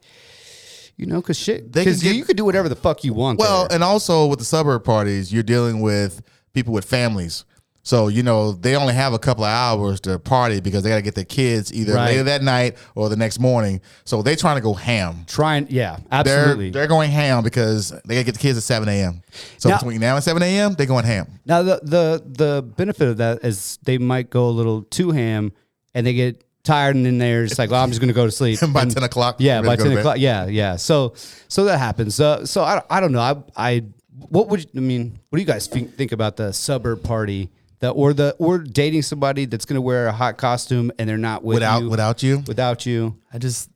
Speaker 2: you know, because shit.
Speaker 1: They can
Speaker 2: Because you,
Speaker 1: get-
Speaker 2: you could do whatever the fuck you want.
Speaker 1: Well,
Speaker 2: there.
Speaker 1: and also with the suburb parties, you're dealing with people with families. So, you know, they only have a couple of hours to party because they got to get their kids either
Speaker 2: Right.
Speaker 1: later that night or the next morning. So they trying to go ham.
Speaker 2: trying. Yeah,
Speaker 1: They're,
Speaker 2: absolutely.
Speaker 1: they're going ham because they got to get the kids at 7 a.m. So
Speaker 2: Now-
Speaker 1: between now and 7 a.m., they're going ham.
Speaker 2: now the the the benefit of that is they might go a little too ham, and they get tired, and then they're just like, well, I'm just gonna go to sleep.
Speaker 1: by
Speaker 2: And-
Speaker 1: 10 o'clock.
Speaker 2: Yeah,
Speaker 1: ready
Speaker 2: by
Speaker 1: to go to
Speaker 2: ten
Speaker 1: bed.
Speaker 2: o'clock. Yeah, yeah. So so that happens. Uh, so I, I don't know. I I what would you, I mean? What do you guys think, think about the suburb party? The or the or dating somebody that's going to wear a hot costume and they're not with
Speaker 1: Without,
Speaker 2: you,
Speaker 1: without you.
Speaker 2: without you.
Speaker 3: I just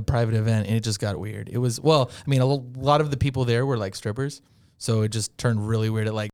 Speaker 3: a private event, and it just got weird. It was well, I mean, a l- lot of the people there were like strippers, so it just turned really weird. It like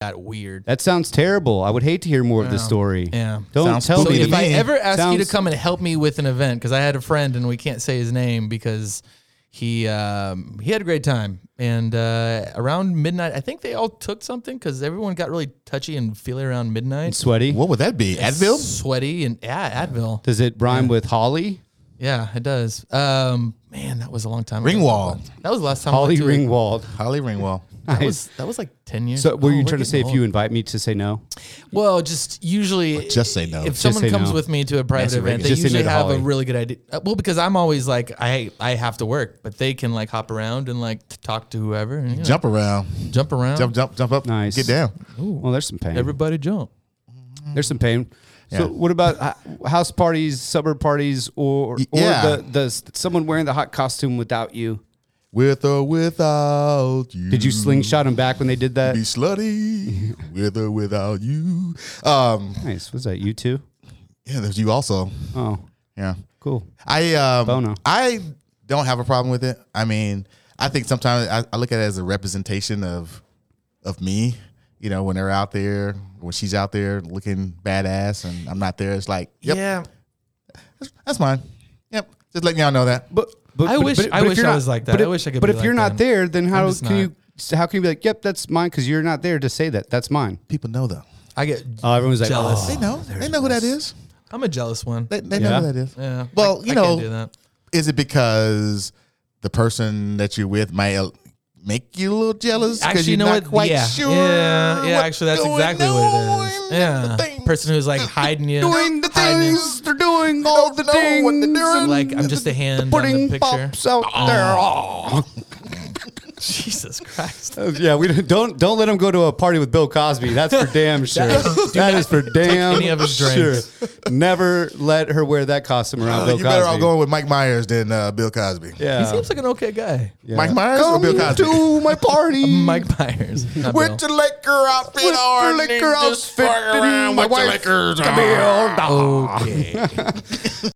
Speaker 3: got weird.
Speaker 2: That sounds terrible. I would hate to hear more of the
Speaker 3: Yeah.
Speaker 2: story.
Speaker 3: Yeah.
Speaker 2: Don't
Speaker 1: Sounds
Speaker 2: tell
Speaker 3: So
Speaker 1: spooky
Speaker 2: me.
Speaker 1: to
Speaker 3: if I
Speaker 1: me.
Speaker 3: ever ask you
Speaker 2: Sounds-
Speaker 3: to come and help me with an event, because I had a friend and we can't say his name because he um, he had a great time, and uh, around midnight, I think they all took something because everyone got really touchy and feely around midnight.
Speaker 2: sweaty.
Speaker 1: What would that be? Advil?
Speaker 3: sweaty, and yeah, Advil.
Speaker 2: Does it rhyme with Holly?
Speaker 3: Yeah, it does. Um, man, that was a long time. ago.
Speaker 1: Ringwald.
Speaker 3: That was the last time. I
Speaker 2: Holly
Speaker 3: went to it.
Speaker 2: Ringwald.
Speaker 1: Holly Ringwell.
Speaker 3: That was that was like ten years.
Speaker 2: So were
Speaker 3: Oh,
Speaker 2: you
Speaker 3: we're
Speaker 2: trying to say
Speaker 3: getting
Speaker 2: if you
Speaker 3: old.
Speaker 2: invite me to say no?
Speaker 3: Well, just usually
Speaker 1: Just say no.
Speaker 3: If
Speaker 1: Just
Speaker 3: someone
Speaker 2: say
Speaker 3: comes
Speaker 2: no.
Speaker 3: with me to a private
Speaker 1: Nancy Reagan.
Speaker 3: event, they
Speaker 2: Just say no
Speaker 3: usually
Speaker 2: to
Speaker 3: have a
Speaker 2: Holly.
Speaker 3: really good idea. Uh, Well, because I'm always like I I have to work, but they can like hop around and like t- talk to whoever and you know, jump
Speaker 1: Jump around.
Speaker 3: around.
Speaker 1: Jump, jump, jump up.
Speaker 2: Nice.
Speaker 1: Get down.
Speaker 2: Well, there's some pain.
Speaker 3: Everybody jump.
Speaker 2: There's some pain.
Speaker 1: Yeah.
Speaker 2: So what about h- house parties, suburb parties, or or
Speaker 1: yeah.
Speaker 2: the, the s- someone wearing the hot costume without you?
Speaker 1: With or without you.
Speaker 2: Did you slingshot him back when they did that?
Speaker 1: be slutty with or without you. Um,
Speaker 2: Nice. Was that you too?
Speaker 1: yeah, there's you also.
Speaker 2: Oh,
Speaker 1: Yeah,
Speaker 2: cool.
Speaker 1: I um,
Speaker 2: Bono.
Speaker 1: I don't have a problem with it. I mean, I think sometimes I, I look at it as a representation of of me. You know, when they're out there, when she's out there looking badass, and I'm not there, it's like, yep,
Speaker 3: Yeah,
Speaker 1: that's mine. Yep, just letting y'all know that.
Speaker 2: But, but
Speaker 3: I
Speaker 2: but-
Speaker 3: wish-
Speaker 2: but-
Speaker 3: I
Speaker 2: but if
Speaker 3: wish
Speaker 2: you're
Speaker 3: I
Speaker 2: not-
Speaker 3: was like that.
Speaker 2: but
Speaker 3: I
Speaker 2: if-
Speaker 3: wish I could
Speaker 2: But
Speaker 3: be
Speaker 2: if
Speaker 3: like
Speaker 2: you're not
Speaker 3: them.
Speaker 2: there, then how
Speaker 3: just
Speaker 2: can
Speaker 3: not.
Speaker 2: you? How can you be like, yep, that's mine? Because you're not there to say that. That's mine.
Speaker 1: People know though.
Speaker 3: I get.
Speaker 1: Uh,
Speaker 2: Oh, everyone's like,
Speaker 3: Jealous.
Speaker 1: They
Speaker 2: oh.
Speaker 1: know. They know who that is.
Speaker 3: I'm a jealous one.
Speaker 1: They, they
Speaker 2: Yeah.
Speaker 1: know who that is.
Speaker 3: yeah.
Speaker 1: Well,
Speaker 3: I-
Speaker 1: you
Speaker 3: I
Speaker 1: know,
Speaker 3: can't do that.
Speaker 1: Is it because the person that you're with might el- make you a little jealous because
Speaker 3: Actually,
Speaker 1: you're
Speaker 3: you know
Speaker 1: not
Speaker 3: what?
Speaker 1: quite
Speaker 3: yeah.
Speaker 1: sure?
Speaker 3: Yeah, yeah.
Speaker 1: what's
Speaker 3: Actually, that's
Speaker 1: going
Speaker 3: exactly what it
Speaker 1: on?
Speaker 3: is. Yeah,
Speaker 1: The thing-
Speaker 3: person who's like hiding you,
Speaker 1: doing the
Speaker 3: hiding you.
Speaker 1: things
Speaker 2: "Oh, They're doing all
Speaker 1: don't
Speaker 2: the
Speaker 1: know what they're
Speaker 2: things.
Speaker 1: doing.
Speaker 3: Like I'm just a hand on the
Speaker 2: Putting
Speaker 3: picture.
Speaker 2: pops out there. Oh.
Speaker 3: Jesus Christ.
Speaker 2: Uh, Yeah, we don't- don't don't let him go to a party with Bill Cosby. That's for damn sure. that is for damn
Speaker 3: any of his
Speaker 2: sure.
Speaker 3: drinks.
Speaker 2: Never let her wear that costume around
Speaker 1: Uh,
Speaker 2: Bill
Speaker 1: you
Speaker 2: Cosby.
Speaker 1: better all going with Mike Myers than uh, Bill Cosby.
Speaker 3: He
Speaker 2: yeah.
Speaker 3: seems like an okay guy.
Speaker 2: yeah.
Speaker 1: Mike Myers or
Speaker 2: Come
Speaker 1: Bill Cosby?
Speaker 2: to my party.
Speaker 3: Mike Myers. Mm. not Bill.
Speaker 1: With the liquor outfit
Speaker 2: With the
Speaker 1: on,
Speaker 2: liquor
Speaker 1: and just
Speaker 2: outfit
Speaker 1: fuck
Speaker 2: and
Speaker 1: around
Speaker 2: my
Speaker 1: with the
Speaker 2: wife
Speaker 1: liquors on.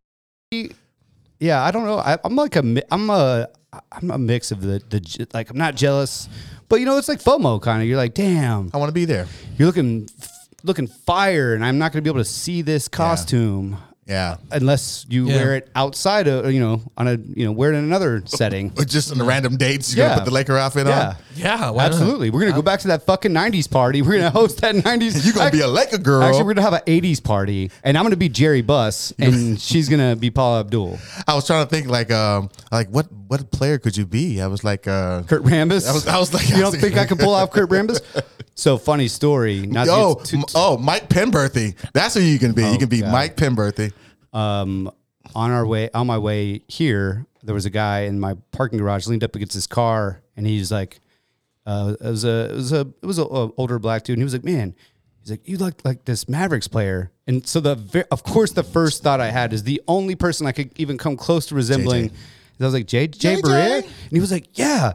Speaker 3: Okay.
Speaker 2: yeah, I don't know. I, I'm like a mi- I'm a I'm a mix of the the je- like I'm not jealous, but you know it's like FOMO kind of. You're like, damn,
Speaker 1: I want to be there.
Speaker 2: you're looking looking fire, and I'm not gonna be able to see this costume.
Speaker 1: Yeah,
Speaker 2: unless you
Speaker 3: Yeah.
Speaker 2: wear it outside of you know on a you know wear it in another setting.
Speaker 1: but just on the random dates, you're
Speaker 2: Yeah.
Speaker 1: gonna put the liquor outfit
Speaker 2: yeah,
Speaker 1: on.
Speaker 3: yeah, why not?
Speaker 2: absolutely. We're gonna go back to that fucking '90s party. We're gonna host that '90s.
Speaker 1: You're gonna be a liquor girl.
Speaker 2: Actually, we're gonna have an '80s party, and I'm gonna be Jerry Buss, and she's gonna be Paula Abdul,
Speaker 1: I was trying to think like, um, like what what player could you be? I was like, uh,
Speaker 2: Kurt Rambis.
Speaker 1: I was- I was like-
Speaker 2: you don't think I can pull off Kurt Rambis? So funny story. Not to
Speaker 1: oh,
Speaker 2: get too-
Speaker 1: m- oh, Mike Penberthy. That's who you can be. you can be Mike Penberthy.
Speaker 2: um, on our way on my way here, there was a guy in my parking garage leaned up against his car, and he's like, uh, "It was a it was a it was a, a older black dude." And he was like, "Man." He's like, you look like this Mavericks player, and so the ve- of course the first thought I had is the only person I could even come close to resembling. is I was like, J J
Speaker 1: JJ?
Speaker 2: Barea, and he was like, Yeah,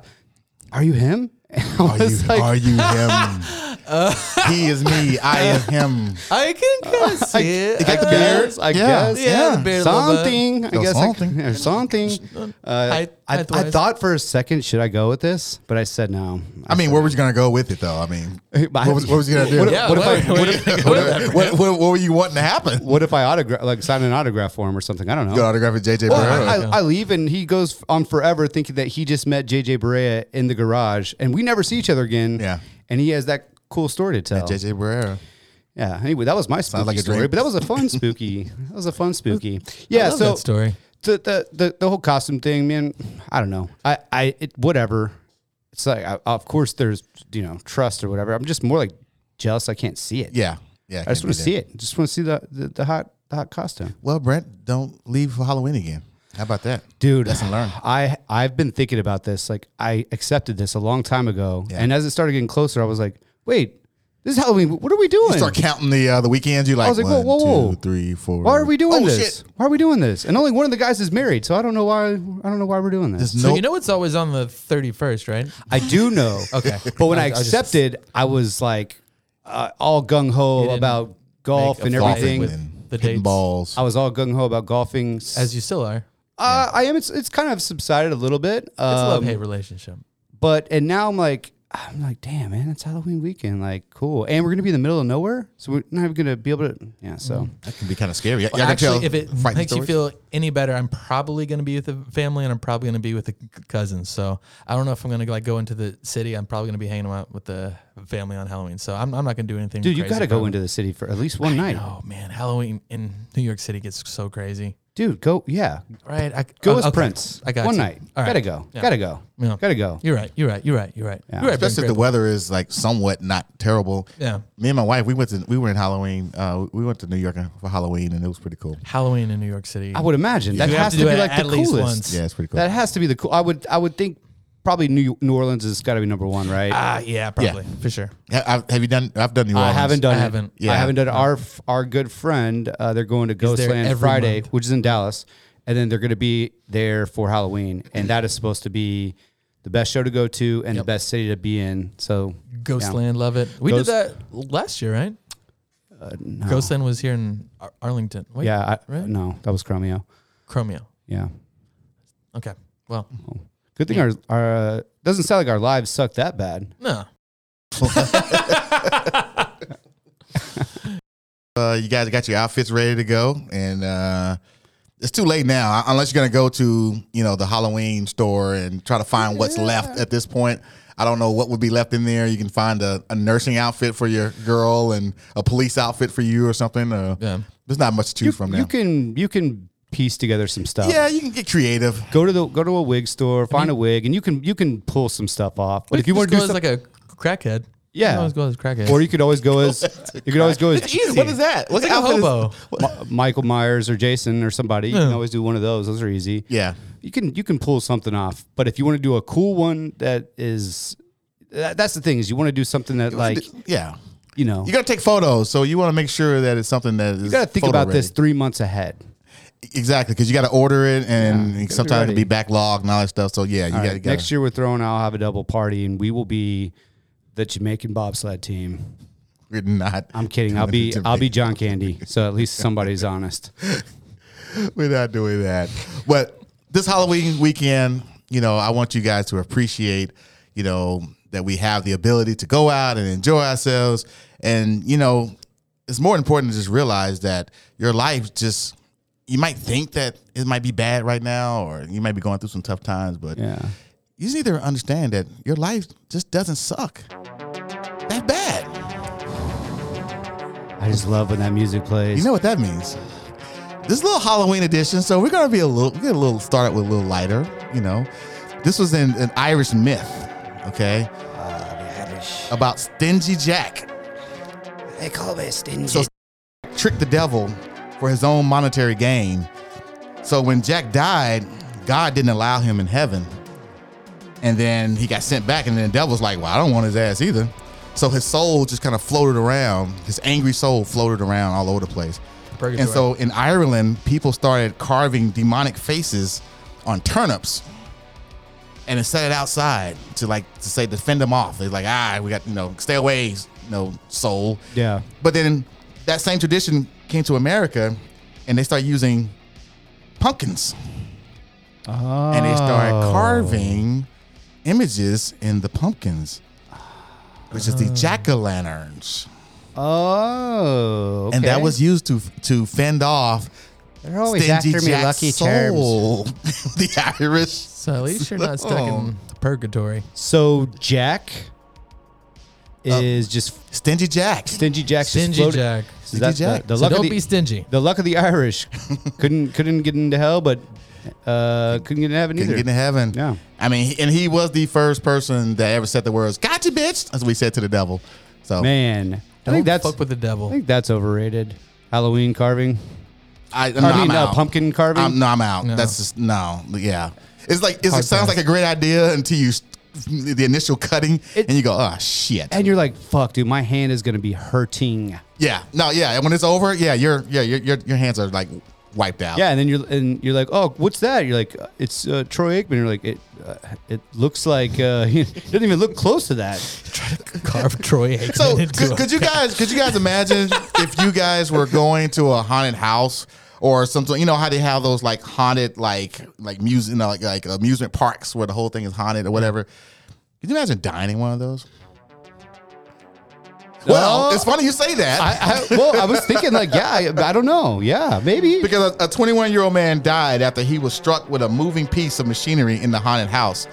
Speaker 2: are you him? And I
Speaker 1: Are you,
Speaker 2: was like,
Speaker 1: are you him? he is me. I am him.
Speaker 3: I can kind of see it.
Speaker 1: you got the
Speaker 3: Uh,
Speaker 1: beard?
Speaker 2: I
Speaker 1: Yeah.
Speaker 2: guess.
Speaker 3: Yeah, the beard a little bit.
Speaker 2: something. I
Speaker 1: Go
Speaker 2: guess
Speaker 1: something.
Speaker 2: I, or something. Uh,
Speaker 3: I-
Speaker 2: I, I,
Speaker 3: I
Speaker 2: thought for a second, should I go with this? But I said no.
Speaker 1: I mean, where was you gonna go with it though? I mean,
Speaker 2: But I-
Speaker 1: what was, what was you gonna do?
Speaker 2: What,
Speaker 3: Yeah,
Speaker 2: what if I,
Speaker 3: what-
Speaker 2: what, if,
Speaker 1: what, what, what were you wanting to happen?
Speaker 2: what if I autograph, like sign an autograph form or something? I don't know.
Speaker 1: Go autograph with JJ
Speaker 2: Well,
Speaker 1: Barrera.
Speaker 2: I, I leave and he goes on forever thinking that he just met JJ Barea in the garage and we never see each other again.
Speaker 1: Yeah.
Speaker 2: And he has that cool story to tell.
Speaker 1: JJ Barrera.
Speaker 2: Yeah. Anyway, that was my spooky
Speaker 1: like a
Speaker 2: story,
Speaker 1: dream.
Speaker 2: but that was a fun spooky. That was a fun spooky. Yeah.
Speaker 3: love
Speaker 2: so
Speaker 3: that story.
Speaker 2: The, the the the whole costume thing, man. I don't know. I I it, whatever. It's like I, of course there's you know trust or whatever. I'm just more like jealous. I can't see it.
Speaker 1: Yeah, yeah.
Speaker 2: I just want to see it. Just want to see the, the the hot the hot costume.
Speaker 1: Well, Brent, don't leave for Halloween again. How about that?
Speaker 2: dude
Speaker 1: Lesson learned.
Speaker 2: i i've been thinking about this like i accepted this a long time ago
Speaker 1: Yeah.
Speaker 2: and as it started getting closer i was like wait this is halloween what are we doing
Speaker 1: You start counting the uh, the weekends. You like,
Speaker 2: was like, whoa,
Speaker 1: one,
Speaker 2: whoa, whoa.
Speaker 1: two, three, four.
Speaker 2: why are we doing
Speaker 1: Oh,
Speaker 2: this
Speaker 1: shit.
Speaker 2: why are we doing this and only one of the guys is married so i don't know why i don't know why we're doing this
Speaker 1: There's no.
Speaker 3: So you know it's always on the 31st, right?
Speaker 2: i do know
Speaker 3: Okay.
Speaker 2: but when i,
Speaker 3: I- I just-
Speaker 2: accepted i was like uh, all gung-ho
Speaker 3: didn't
Speaker 2: about golf
Speaker 3: make
Speaker 2: and
Speaker 3: a fight
Speaker 2: everything
Speaker 3: with-
Speaker 1: and
Speaker 3: the
Speaker 1: hitting
Speaker 3: dates.
Speaker 1: balls.
Speaker 2: i was all gung-ho about golfing
Speaker 3: As you still are.
Speaker 2: uh, i am it's, it's kind of subsided a little bit
Speaker 3: It's a
Speaker 2: Um,
Speaker 3: love hate relationship.
Speaker 2: But and now I'm like, I'm like, damn, man, it's Halloween weekend. Like, cool. And we're gonna be in the middle of nowhere, so we're not even gonna be able to. Yeah. So
Speaker 3: Mm-hmm.
Speaker 1: that can be kind of scary. Y'all can tell
Speaker 3: Actually, if it
Speaker 1: frightening
Speaker 3: makes you
Speaker 1: stories.
Speaker 3: feel any better, I'm probably going to be with the family and I'm probably going to be with the c- cousins. So I don't know if I'm going to like go into the city. I'm probably going to be hanging out with the family on Halloween. So I'm, I'm not going to do anything.
Speaker 2: dude, you
Speaker 3: crazy
Speaker 2: gotta go
Speaker 3: probably.
Speaker 2: into the city for at least one night,
Speaker 3: Oh man, Halloween in New York City gets so crazy.
Speaker 2: dude. Go, yeah,
Speaker 3: Right? I,
Speaker 2: go
Speaker 3: oh,
Speaker 2: as
Speaker 3: okay.
Speaker 2: Prince.
Speaker 3: I got
Speaker 2: one
Speaker 3: you.
Speaker 2: night.
Speaker 3: All right.
Speaker 2: Gotta go.
Speaker 3: Yeah.
Speaker 2: Gotta go.
Speaker 3: Yeah.
Speaker 2: Gotta go.
Speaker 3: You're right. You're right. You're right. You're right. You're right. Ben
Speaker 1: especially if the
Speaker 3: Grimm.
Speaker 1: weather is like somewhat not terrible.
Speaker 3: Yeah.
Speaker 1: Me and my wife, we went to we were in Halloween. Uh, we went to New York for Halloween, and it was pretty cool.
Speaker 3: Halloween in New York City.
Speaker 2: I would imagine that
Speaker 3: You have
Speaker 2: has
Speaker 3: to
Speaker 2: to,
Speaker 3: do
Speaker 2: be
Speaker 3: it
Speaker 2: like
Speaker 3: at
Speaker 2: the
Speaker 3: least
Speaker 2: coolest.
Speaker 3: once.
Speaker 1: Yeah, it's pretty cool.
Speaker 2: That has to be the cool. I would. I would think probably New New Orleans has got to be number one, right?
Speaker 3: Ah, yeah, probably for sure.
Speaker 1: Ha- I've- have you done? I've done New Orleans.
Speaker 2: I haven't done.
Speaker 3: I
Speaker 2: it.
Speaker 3: haven't.
Speaker 1: Yeah.
Speaker 2: I haven't done. it. Our our good friend, uh, they're going to
Speaker 3: there
Speaker 2: Ghostland
Speaker 3: every
Speaker 2: Friday,
Speaker 3: month.
Speaker 2: which is in Dallas, and then they're going to be there for Halloween, and that is supposed to be the best show to go to and the best city to be in. So
Speaker 3: Ghostland, love it. We
Speaker 2: Ghost-
Speaker 3: did that last year, right? Ghostland was here in Ar- Arlington. Wait,
Speaker 2: yeah, I,
Speaker 3: Right?
Speaker 2: no, that was Chromeo.
Speaker 3: Chromeo.
Speaker 2: Yeah,
Speaker 3: Okay. Well,
Speaker 2: good thing our our uh, doesn't sound like our lives suck that bad.
Speaker 3: no.
Speaker 1: uh, you guys got your outfits ready to go, and uh, it's too late now. uh, Unless you're gonna go to you know the Halloween store and try to find what's left at this point. I don't know what would be left in there. You can find a, a nursing outfit for your girl and a police outfit for you or something. Uh,
Speaker 3: Yeah.
Speaker 1: There's not much to
Speaker 2: You,
Speaker 1: from
Speaker 2: you
Speaker 1: now.
Speaker 2: can you can piece together some stuff.
Speaker 1: yeah, you can get creative.
Speaker 2: Go to the go to a wig store, find a wig, and you can you can pull some stuff off. But if you
Speaker 3: Just
Speaker 2: want to do
Speaker 3: go as
Speaker 2: something,
Speaker 3: like a crackhead.
Speaker 2: Yeah.
Speaker 3: You can always go as a crackhead.
Speaker 2: or you could always go as you could always go as
Speaker 3: easy.
Speaker 1: What is that? What's
Speaker 3: What's like a
Speaker 1: outfit is-
Speaker 3: hobo?
Speaker 2: Ma- Michael Myers or Jason or somebody. You can always do one of those. Those are easy.
Speaker 1: Yeah.
Speaker 2: You can you can pull something off. But if you want to do a cool one that is that, that's the thing is you want to do something that like
Speaker 1: yeah.
Speaker 2: you know
Speaker 1: You
Speaker 2: you
Speaker 1: gotta take photos, so you want to make sure that it's something that is. You
Speaker 2: got to think about this three months ahead.
Speaker 1: exactly because you got to order it, and sometimes it'll
Speaker 2: ready.
Speaker 1: be backlogged and all that stuff. So yeah, you
Speaker 2: All
Speaker 1: got
Speaker 2: right,
Speaker 1: to
Speaker 2: Next year we're throwing I'll have a double party and we will be the Jamaican bobsled team.
Speaker 1: We're not.
Speaker 2: I'm kidding. I'll be I'll be John Candy. So at least somebody's honest.
Speaker 1: We're not doing that. But this Halloween weekend, you know, I want you guys to appreciate, you know, that we have the ability to go out and enjoy ourselves. And, you know, it's more important to just realize that your life just, you might think that it might be bad right now or you might be going through some tough times, but
Speaker 2: Yeah.
Speaker 1: you just need to understand that your life just doesn't suck that bad.
Speaker 2: I just love when that music plays.
Speaker 1: You know what that means. This is a little Halloween edition, so we're gonna be a little we're gonna little start out with a little lighter, you know. This was in an Irish myth, okay? About Stingy Jack.
Speaker 2: they call this stingy.
Speaker 1: Tricked the devil for his own monetary gain. So when Jack died, God didn't allow him in heaven. And then he got sent back, and then the devil's like, Well, I don't want his ass either. So his soul just kind of floated around, his angry soul floated around all over the place.
Speaker 3: Purgatory.
Speaker 1: And so in Ireland, people started carving demonic faces on turnips and then set it outside to like to say to fend them off. They're like, ah, we got you know, stay away, know soul.
Speaker 2: Yeah.
Speaker 1: But then that same tradition came to America, and they start using pumpkins, and they start
Speaker 2: Oh.
Speaker 1: carving images in the pumpkins, which is the
Speaker 2: Ah.
Speaker 1: jack o' lanterns,
Speaker 2: Oh.
Speaker 1: and that
Speaker 2: okay. Oh,
Speaker 1: was used to to fend off.
Speaker 2: They're always after me,
Speaker 1: Jack
Speaker 2: Lucky Charms.
Speaker 1: Soul, the Irish.
Speaker 3: So at least you're not stuck in purgatory.
Speaker 2: So Jack is just
Speaker 1: Stingy Jack.
Speaker 2: stingy Jack.
Speaker 3: Stingy Jack.
Speaker 1: Stingy Jack.
Speaker 2: The,
Speaker 1: So
Speaker 2: the
Speaker 3: So
Speaker 2: luck of
Speaker 3: don't
Speaker 2: the,
Speaker 3: be stingy.
Speaker 2: the luck of the Irish couldn't couldn't get into hell, but uh, couldn't get into heaven
Speaker 1: Couldn't
Speaker 2: either.
Speaker 1: get into heaven.
Speaker 2: Yeah.
Speaker 1: I mean, he- and he was the first person that ever said the words "Gotcha, bitch," as we said to the devil. So
Speaker 2: Man, I
Speaker 3: Don't
Speaker 2: think that's
Speaker 3: fuck with the devil.
Speaker 2: I think that's overrated. Halloween carving.
Speaker 1: I, no,
Speaker 2: I
Speaker 1: I'm
Speaker 2: mean, uh,
Speaker 1: out.
Speaker 2: pumpkin carving.
Speaker 1: I'm, no, I'm out.
Speaker 3: No.
Speaker 1: That's just no. Yeah, it's like it's, it
Speaker 3: Hard
Speaker 1: sounds like
Speaker 3: pass.
Speaker 1: a great idea until you s- the initial cutting
Speaker 2: It-
Speaker 1: and you go, oh shit.
Speaker 2: and you're like, fuck, dude, my hand is gonna be hurting.
Speaker 1: yeah, no, yeah. And when it's over, yeah, your yeah your your, your hands are like wiped out.
Speaker 2: Yeah, and then you're and you're like, oh, what's that? You're like, it's uh, Troy Aikman. You're like, it uh, it looks like uh, it doesn't even look close to that.
Speaker 3: Carve Troy Aikman
Speaker 1: So
Speaker 3: into
Speaker 1: could,
Speaker 3: a-
Speaker 1: could you guys could you guys imagine if you guys were going to a haunted house or something? You know how they have those like haunted like like music, you know, like like amusement parks where the whole thing is haunted or whatever. Could you imagine dining one of those? Well,
Speaker 2: Oh.
Speaker 1: it's funny you say that.
Speaker 2: I, I well, I was thinking like, yeah, I, I don't know, yeah, maybe.
Speaker 1: because a 21 year old man died after he was struck with a moving piece of machinery in the haunted house.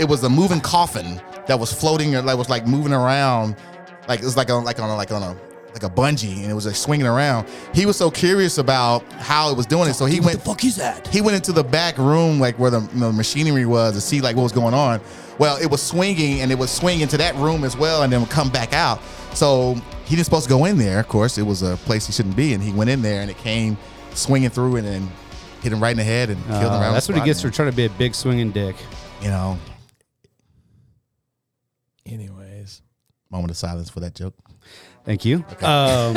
Speaker 1: It was a moving coffin that was floating or like was like moving around, like it was like on like on a, like on a like a bungee, and it was like swinging around. He was so curious about how it was doing it, so he went.
Speaker 3: fuck is that?
Speaker 1: He went into the back room, like where the, the machinery was, to see like what was going on. Well, it was swinging, and it would swing into that room as well, and then would come back out. So he didn't supposed to go in there. Of course, it was a place he shouldn't be, and he went in there, and it came swinging through, and then hit him right in the head and killed him.
Speaker 2: Uh,
Speaker 1: Right
Speaker 2: that's what he gets for
Speaker 1: for
Speaker 2: trying to be a big swinging dick.
Speaker 1: you know.
Speaker 3: Anyways,
Speaker 1: Moment of silence for that joke.
Speaker 2: Thank you. Um,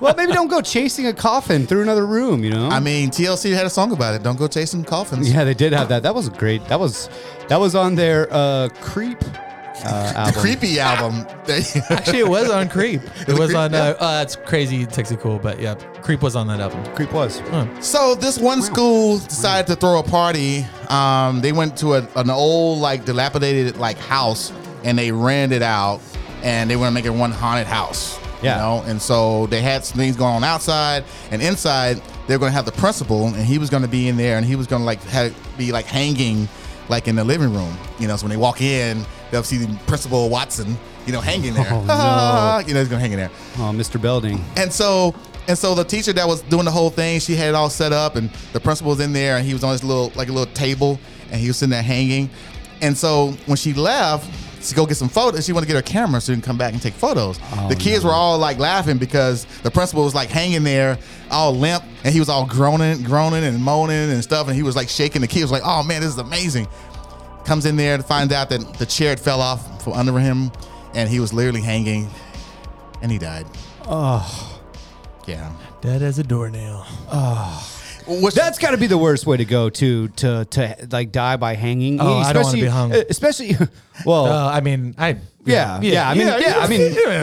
Speaker 2: well, maybe don't go chasing a coffin through another room. You know.
Speaker 1: I mean, TLC had a song about it. Don't go chasing coffins.
Speaker 2: yeah, they did have that. That was great. That was that was on their uh, creep uh,
Speaker 1: The
Speaker 2: album.
Speaker 1: creepy album.
Speaker 3: actually, it was on Creep. It was
Speaker 1: Creep,
Speaker 3: on.
Speaker 1: yeah.
Speaker 3: Uh, uh, it's crazy, Texas cool, but yeah, Creep was on that album.
Speaker 2: Creep was.
Speaker 1: So this one school decided to throw a party. Um, they went to a, an old, like dilapidated, like house, and they rented it out, and they were gonna make it one haunted house.
Speaker 2: Yeah.
Speaker 1: You know, and so they had some things going on outside and inside. They were gonna have the principal, and he was gonna be in there, and he was gonna like have, be like hanging, like in the living room. You know, so when they walk in, they'll see the principal Watson, you know, hanging there.
Speaker 2: Oh, no.
Speaker 1: You know, he's gonna hang in there.
Speaker 2: Oh, Mr. Belding.
Speaker 1: And so and so the teacher that was doing the whole thing, she had it all set up and the principal was in there and he was on his little like a little table and he was sitting there hanging. And so when she left to go get some photos, she wanted to get her camera so she can come back and take photos. the kids were all like laughing because the principal was like hanging there, all limp, and he was all groaning, groaning and moaning and stuff, and he was like shaking. The kids was like, "Oh man, this is amazing!" Comes in there to find out that the chair had fell off from under him, and he was literally hanging, and he died. Yeah.
Speaker 3: Dead as a doornail.
Speaker 1: What's
Speaker 2: That's got to be the worst way to go to to to like die by hanging.
Speaker 3: Oh, I don't wanna
Speaker 2: Especially- uh,
Speaker 3: be hung.
Speaker 2: Especially, well,
Speaker 3: Uh, I mean, I.
Speaker 2: yeah, yeah, I mean, yeah, I mean, yeah, you
Speaker 1: shout,
Speaker 2: know, Oh,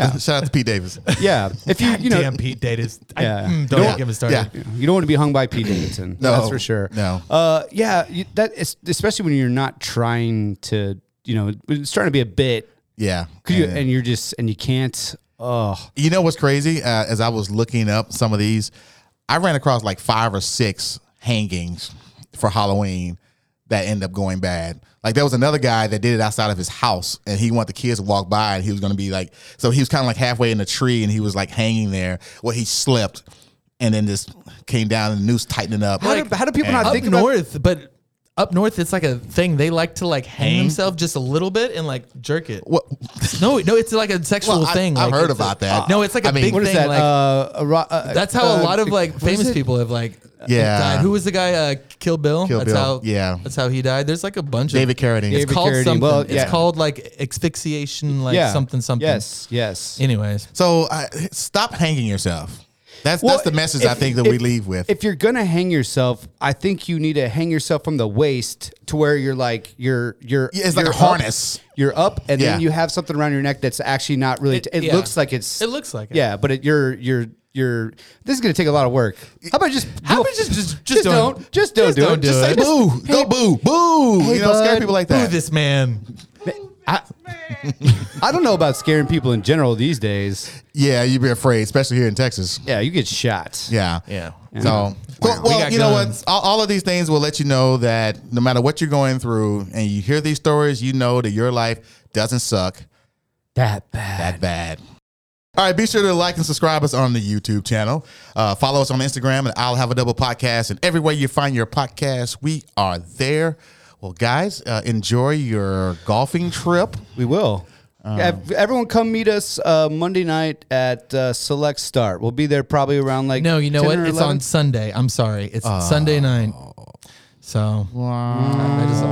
Speaker 2: yeah.
Speaker 1: Out to, shout out to Pete Davis.
Speaker 2: yeah. If you you know
Speaker 3: damn Pete Davis. I-
Speaker 2: Yeah.
Speaker 3: mm, don't
Speaker 1: Yeah.
Speaker 3: get me started.
Speaker 1: Yeah.
Speaker 2: you don't want to be hung by Pete Davidson.
Speaker 1: No,
Speaker 2: that's for sure.
Speaker 1: no.
Speaker 2: Uh, yeah, you, that is, especially when you're not trying to, you know, when it's trying to be a bit,
Speaker 1: Yeah.
Speaker 2: 'cause you,
Speaker 1: And-
Speaker 2: and you're just and you can't. Oh,
Speaker 1: you know what's crazy? Uh, as I was looking up some of these, I ran across like five or six hangings for Halloween that end up going bad. Like there was another guy that did it outside of his house, and he wanted the kids to walk by, and he was going to be like, so he was kind of like halfway in the tree, and he was like hanging there. Well, he slept, and then just came down, and the noose tightening up.
Speaker 2: how, do, how do people
Speaker 1: and-
Speaker 2: not
Speaker 3: Up
Speaker 2: think about?
Speaker 3: north, but up north, it's like a thing. They like to like hang, themselves just a little bit and like jerk it.
Speaker 1: What?
Speaker 3: No, no, it's like a sexual
Speaker 1: Well, I-
Speaker 3: thing.
Speaker 1: I've
Speaker 3: like,
Speaker 1: heard
Speaker 3: it's a-
Speaker 1: about that.
Speaker 3: no, it's like a
Speaker 1: I mean-
Speaker 3: big
Speaker 2: What
Speaker 3: thing.
Speaker 2: is that?
Speaker 3: like,
Speaker 2: uh, a ro- uh,
Speaker 3: that's how
Speaker 2: uh,
Speaker 3: a lot of like
Speaker 2: what is
Speaker 3: famous
Speaker 2: it?
Speaker 3: people have like
Speaker 1: Yeah.
Speaker 3: died. Who was the guy? Uh, Kill Bill.
Speaker 1: Kill
Speaker 3: that's
Speaker 1: Bill,
Speaker 3: How,
Speaker 1: yeah.
Speaker 3: that's how he died. There's like a bunch
Speaker 1: David
Speaker 3: of
Speaker 1: Carradine.
Speaker 3: It's
Speaker 1: David
Speaker 3: called
Speaker 2: Carradine.
Speaker 3: something.
Speaker 2: Well, yeah.
Speaker 3: It's called like asphyxiation, like something, something.
Speaker 2: Yes, yes.
Speaker 3: Anyways,
Speaker 1: So uh, stop hanging yourself. That's
Speaker 2: Well,
Speaker 1: that's the message I
Speaker 2: if-
Speaker 1: think that
Speaker 2: if-
Speaker 1: we leave with.
Speaker 2: If you're gonna hang yourself, I think you need to hang yourself from the waist to where you're like you're you're
Speaker 1: Yeah, it's like
Speaker 2: you're
Speaker 1: a harness.
Speaker 2: Up, you're up, and
Speaker 1: Yeah.
Speaker 2: then you have something around your neck that's actually not really. It,
Speaker 3: yeah.
Speaker 2: looks like it's.
Speaker 3: It looks like it.
Speaker 2: Yeah, but it, you're you're you're. This is gonna take a lot of work. How about just
Speaker 3: How
Speaker 2: do a-
Speaker 3: about just just just,
Speaker 2: don't, just don't do it.
Speaker 3: do
Speaker 2: Just
Speaker 1: Say
Speaker 3: it.
Speaker 1: boo, go boo, boo. you know, scare
Speaker 2: bud.
Speaker 1: people like
Speaker 3: Boo
Speaker 1: that.
Speaker 3: this man.
Speaker 2: I, I don't know about scaring people in general these days.
Speaker 1: Yeah, you'd be afraid, especially here in Texas.
Speaker 2: Yeah, you get shot.
Speaker 1: Yeah.
Speaker 3: Yeah.
Speaker 1: So, well,
Speaker 3: We
Speaker 1: well,
Speaker 3: got
Speaker 1: you know
Speaker 3: guns.
Speaker 1: what? All, all of these things will let you know that no matter what you're going through and you hear these stories, you know that your life doesn't suck
Speaker 2: that bad.
Speaker 1: that bad. All right, be sure to like and subscribe us on the YouTube channel. Uh, follow us on Instagram and I'll have a double podcast. And everywhere you find your podcast, we are there. Well, guys, uh, enjoy your golfing trip.
Speaker 2: We will. Ev- Everyone, come meet us uh, Monday night at uh, Select Start. We'll be there probably around like
Speaker 3: No, you know
Speaker 2: 10
Speaker 3: what?
Speaker 2: or
Speaker 3: It's
Speaker 2: 11.
Speaker 3: on Sunday. I'm sorry. It's
Speaker 1: Oh.
Speaker 3: Sunday night. So, I just-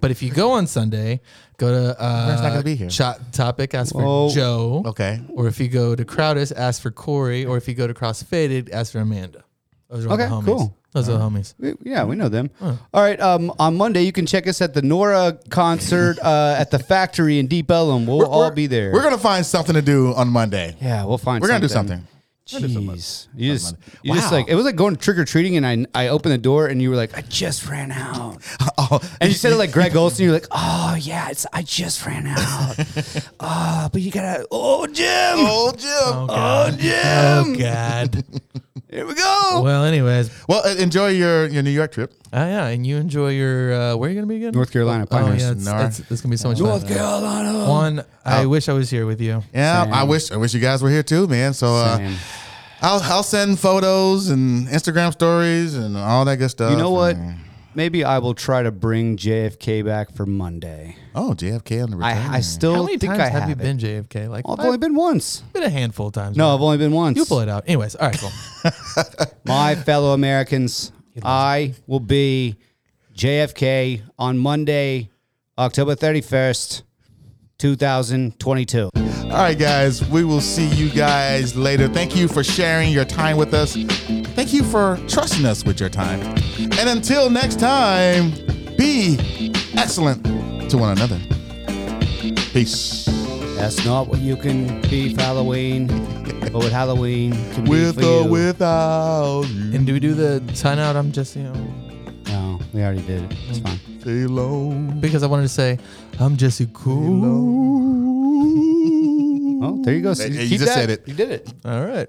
Speaker 3: but if you go on Sunday, go to uh,
Speaker 1: Brent's not gonna be here.
Speaker 3: Shot Topic. Ask for
Speaker 2: Whoa.
Speaker 3: Joe.
Speaker 1: Okay.
Speaker 3: Or if you go to Crowdis, ask for Corey. Or if you go to Crossfaded, ask for Amanda. Those are all
Speaker 2: Okay,
Speaker 3: the homies.
Speaker 2: cool.
Speaker 3: Those are the homies.
Speaker 2: We- Yeah, we know them. All right. Um, on Monday, you can check us at the Nora concert uh, at the Factory in Deep Ellum. We'll all be there.
Speaker 1: We're going to find something to do on Monday.
Speaker 2: yeah, we'll find.
Speaker 1: We're going to do
Speaker 2: something.
Speaker 1: something.
Speaker 2: Jeez, you just, you just
Speaker 1: Wow.
Speaker 2: like it was like going trick or treating, and I I opened the door, and you were like, I just ran out,
Speaker 1: Oh,
Speaker 2: and you said it like Greg Olson. You're like, oh yeah, it's I just ran out. oh, but you gotta, oh Jim,
Speaker 1: old Jim.
Speaker 3: Oh,
Speaker 1: Uh,
Speaker 3: God. Oh, God.
Speaker 2: here we go.
Speaker 3: well, anyways.
Speaker 1: Well, uh, enjoy your, your New York trip.
Speaker 3: Uh, yeah. And you enjoy your, uh, where are you going to be again?
Speaker 2: North Carolina
Speaker 3: Oh,
Speaker 2: Pinehurst.
Speaker 3: yeah. It's,
Speaker 1: Nar.
Speaker 3: it's, it's going to be so much
Speaker 2: North
Speaker 3: fun.
Speaker 2: Carolina.
Speaker 3: One, I wish I was here with you.
Speaker 1: Yeah,
Speaker 2: Same.
Speaker 1: I wish I wish you guys were here too, man. So uh,
Speaker 2: Same.
Speaker 1: I'll I'll send photos and Instagram stories and all that good stuff.
Speaker 2: You know what?
Speaker 1: And-
Speaker 2: Maybe I will try to bring JFK back for Monday.
Speaker 1: oh, JFK on the return.
Speaker 2: I, I still
Speaker 3: How many
Speaker 2: think
Speaker 3: times
Speaker 2: I
Speaker 3: have, you
Speaker 2: it.
Speaker 3: been JFK? Like,
Speaker 2: Well, I've
Speaker 3: five-
Speaker 2: only been once.
Speaker 3: been a handful of times.
Speaker 2: No,
Speaker 3: right?
Speaker 2: I've only been once.
Speaker 3: you pull it out. Anyways, all right, cool.
Speaker 2: My fellow Americans, I will be JFK on Monday, October 31st, 2022.
Speaker 1: all right, guys. We will see you guys later. Thank you for sharing your time with us. Thank you for trusting us with your time. And until next time, be excellent to one another. Peace.
Speaker 2: That's not what you can be for Halloween, but what Halloween can
Speaker 1: With
Speaker 2: be for
Speaker 1: or
Speaker 2: you.
Speaker 1: without
Speaker 2: Mm.
Speaker 1: you,
Speaker 3: and do we do the sign out? I'm just, you know,
Speaker 2: No, we already did it. It's fine.
Speaker 1: stay low.
Speaker 3: because I wanted to say, I'm Jesse Cool.
Speaker 2: Oh, there you go. So
Speaker 1: Hey, hey, you
Speaker 2: keep
Speaker 1: just
Speaker 2: that.
Speaker 1: said it.
Speaker 2: You did it.
Speaker 3: All right.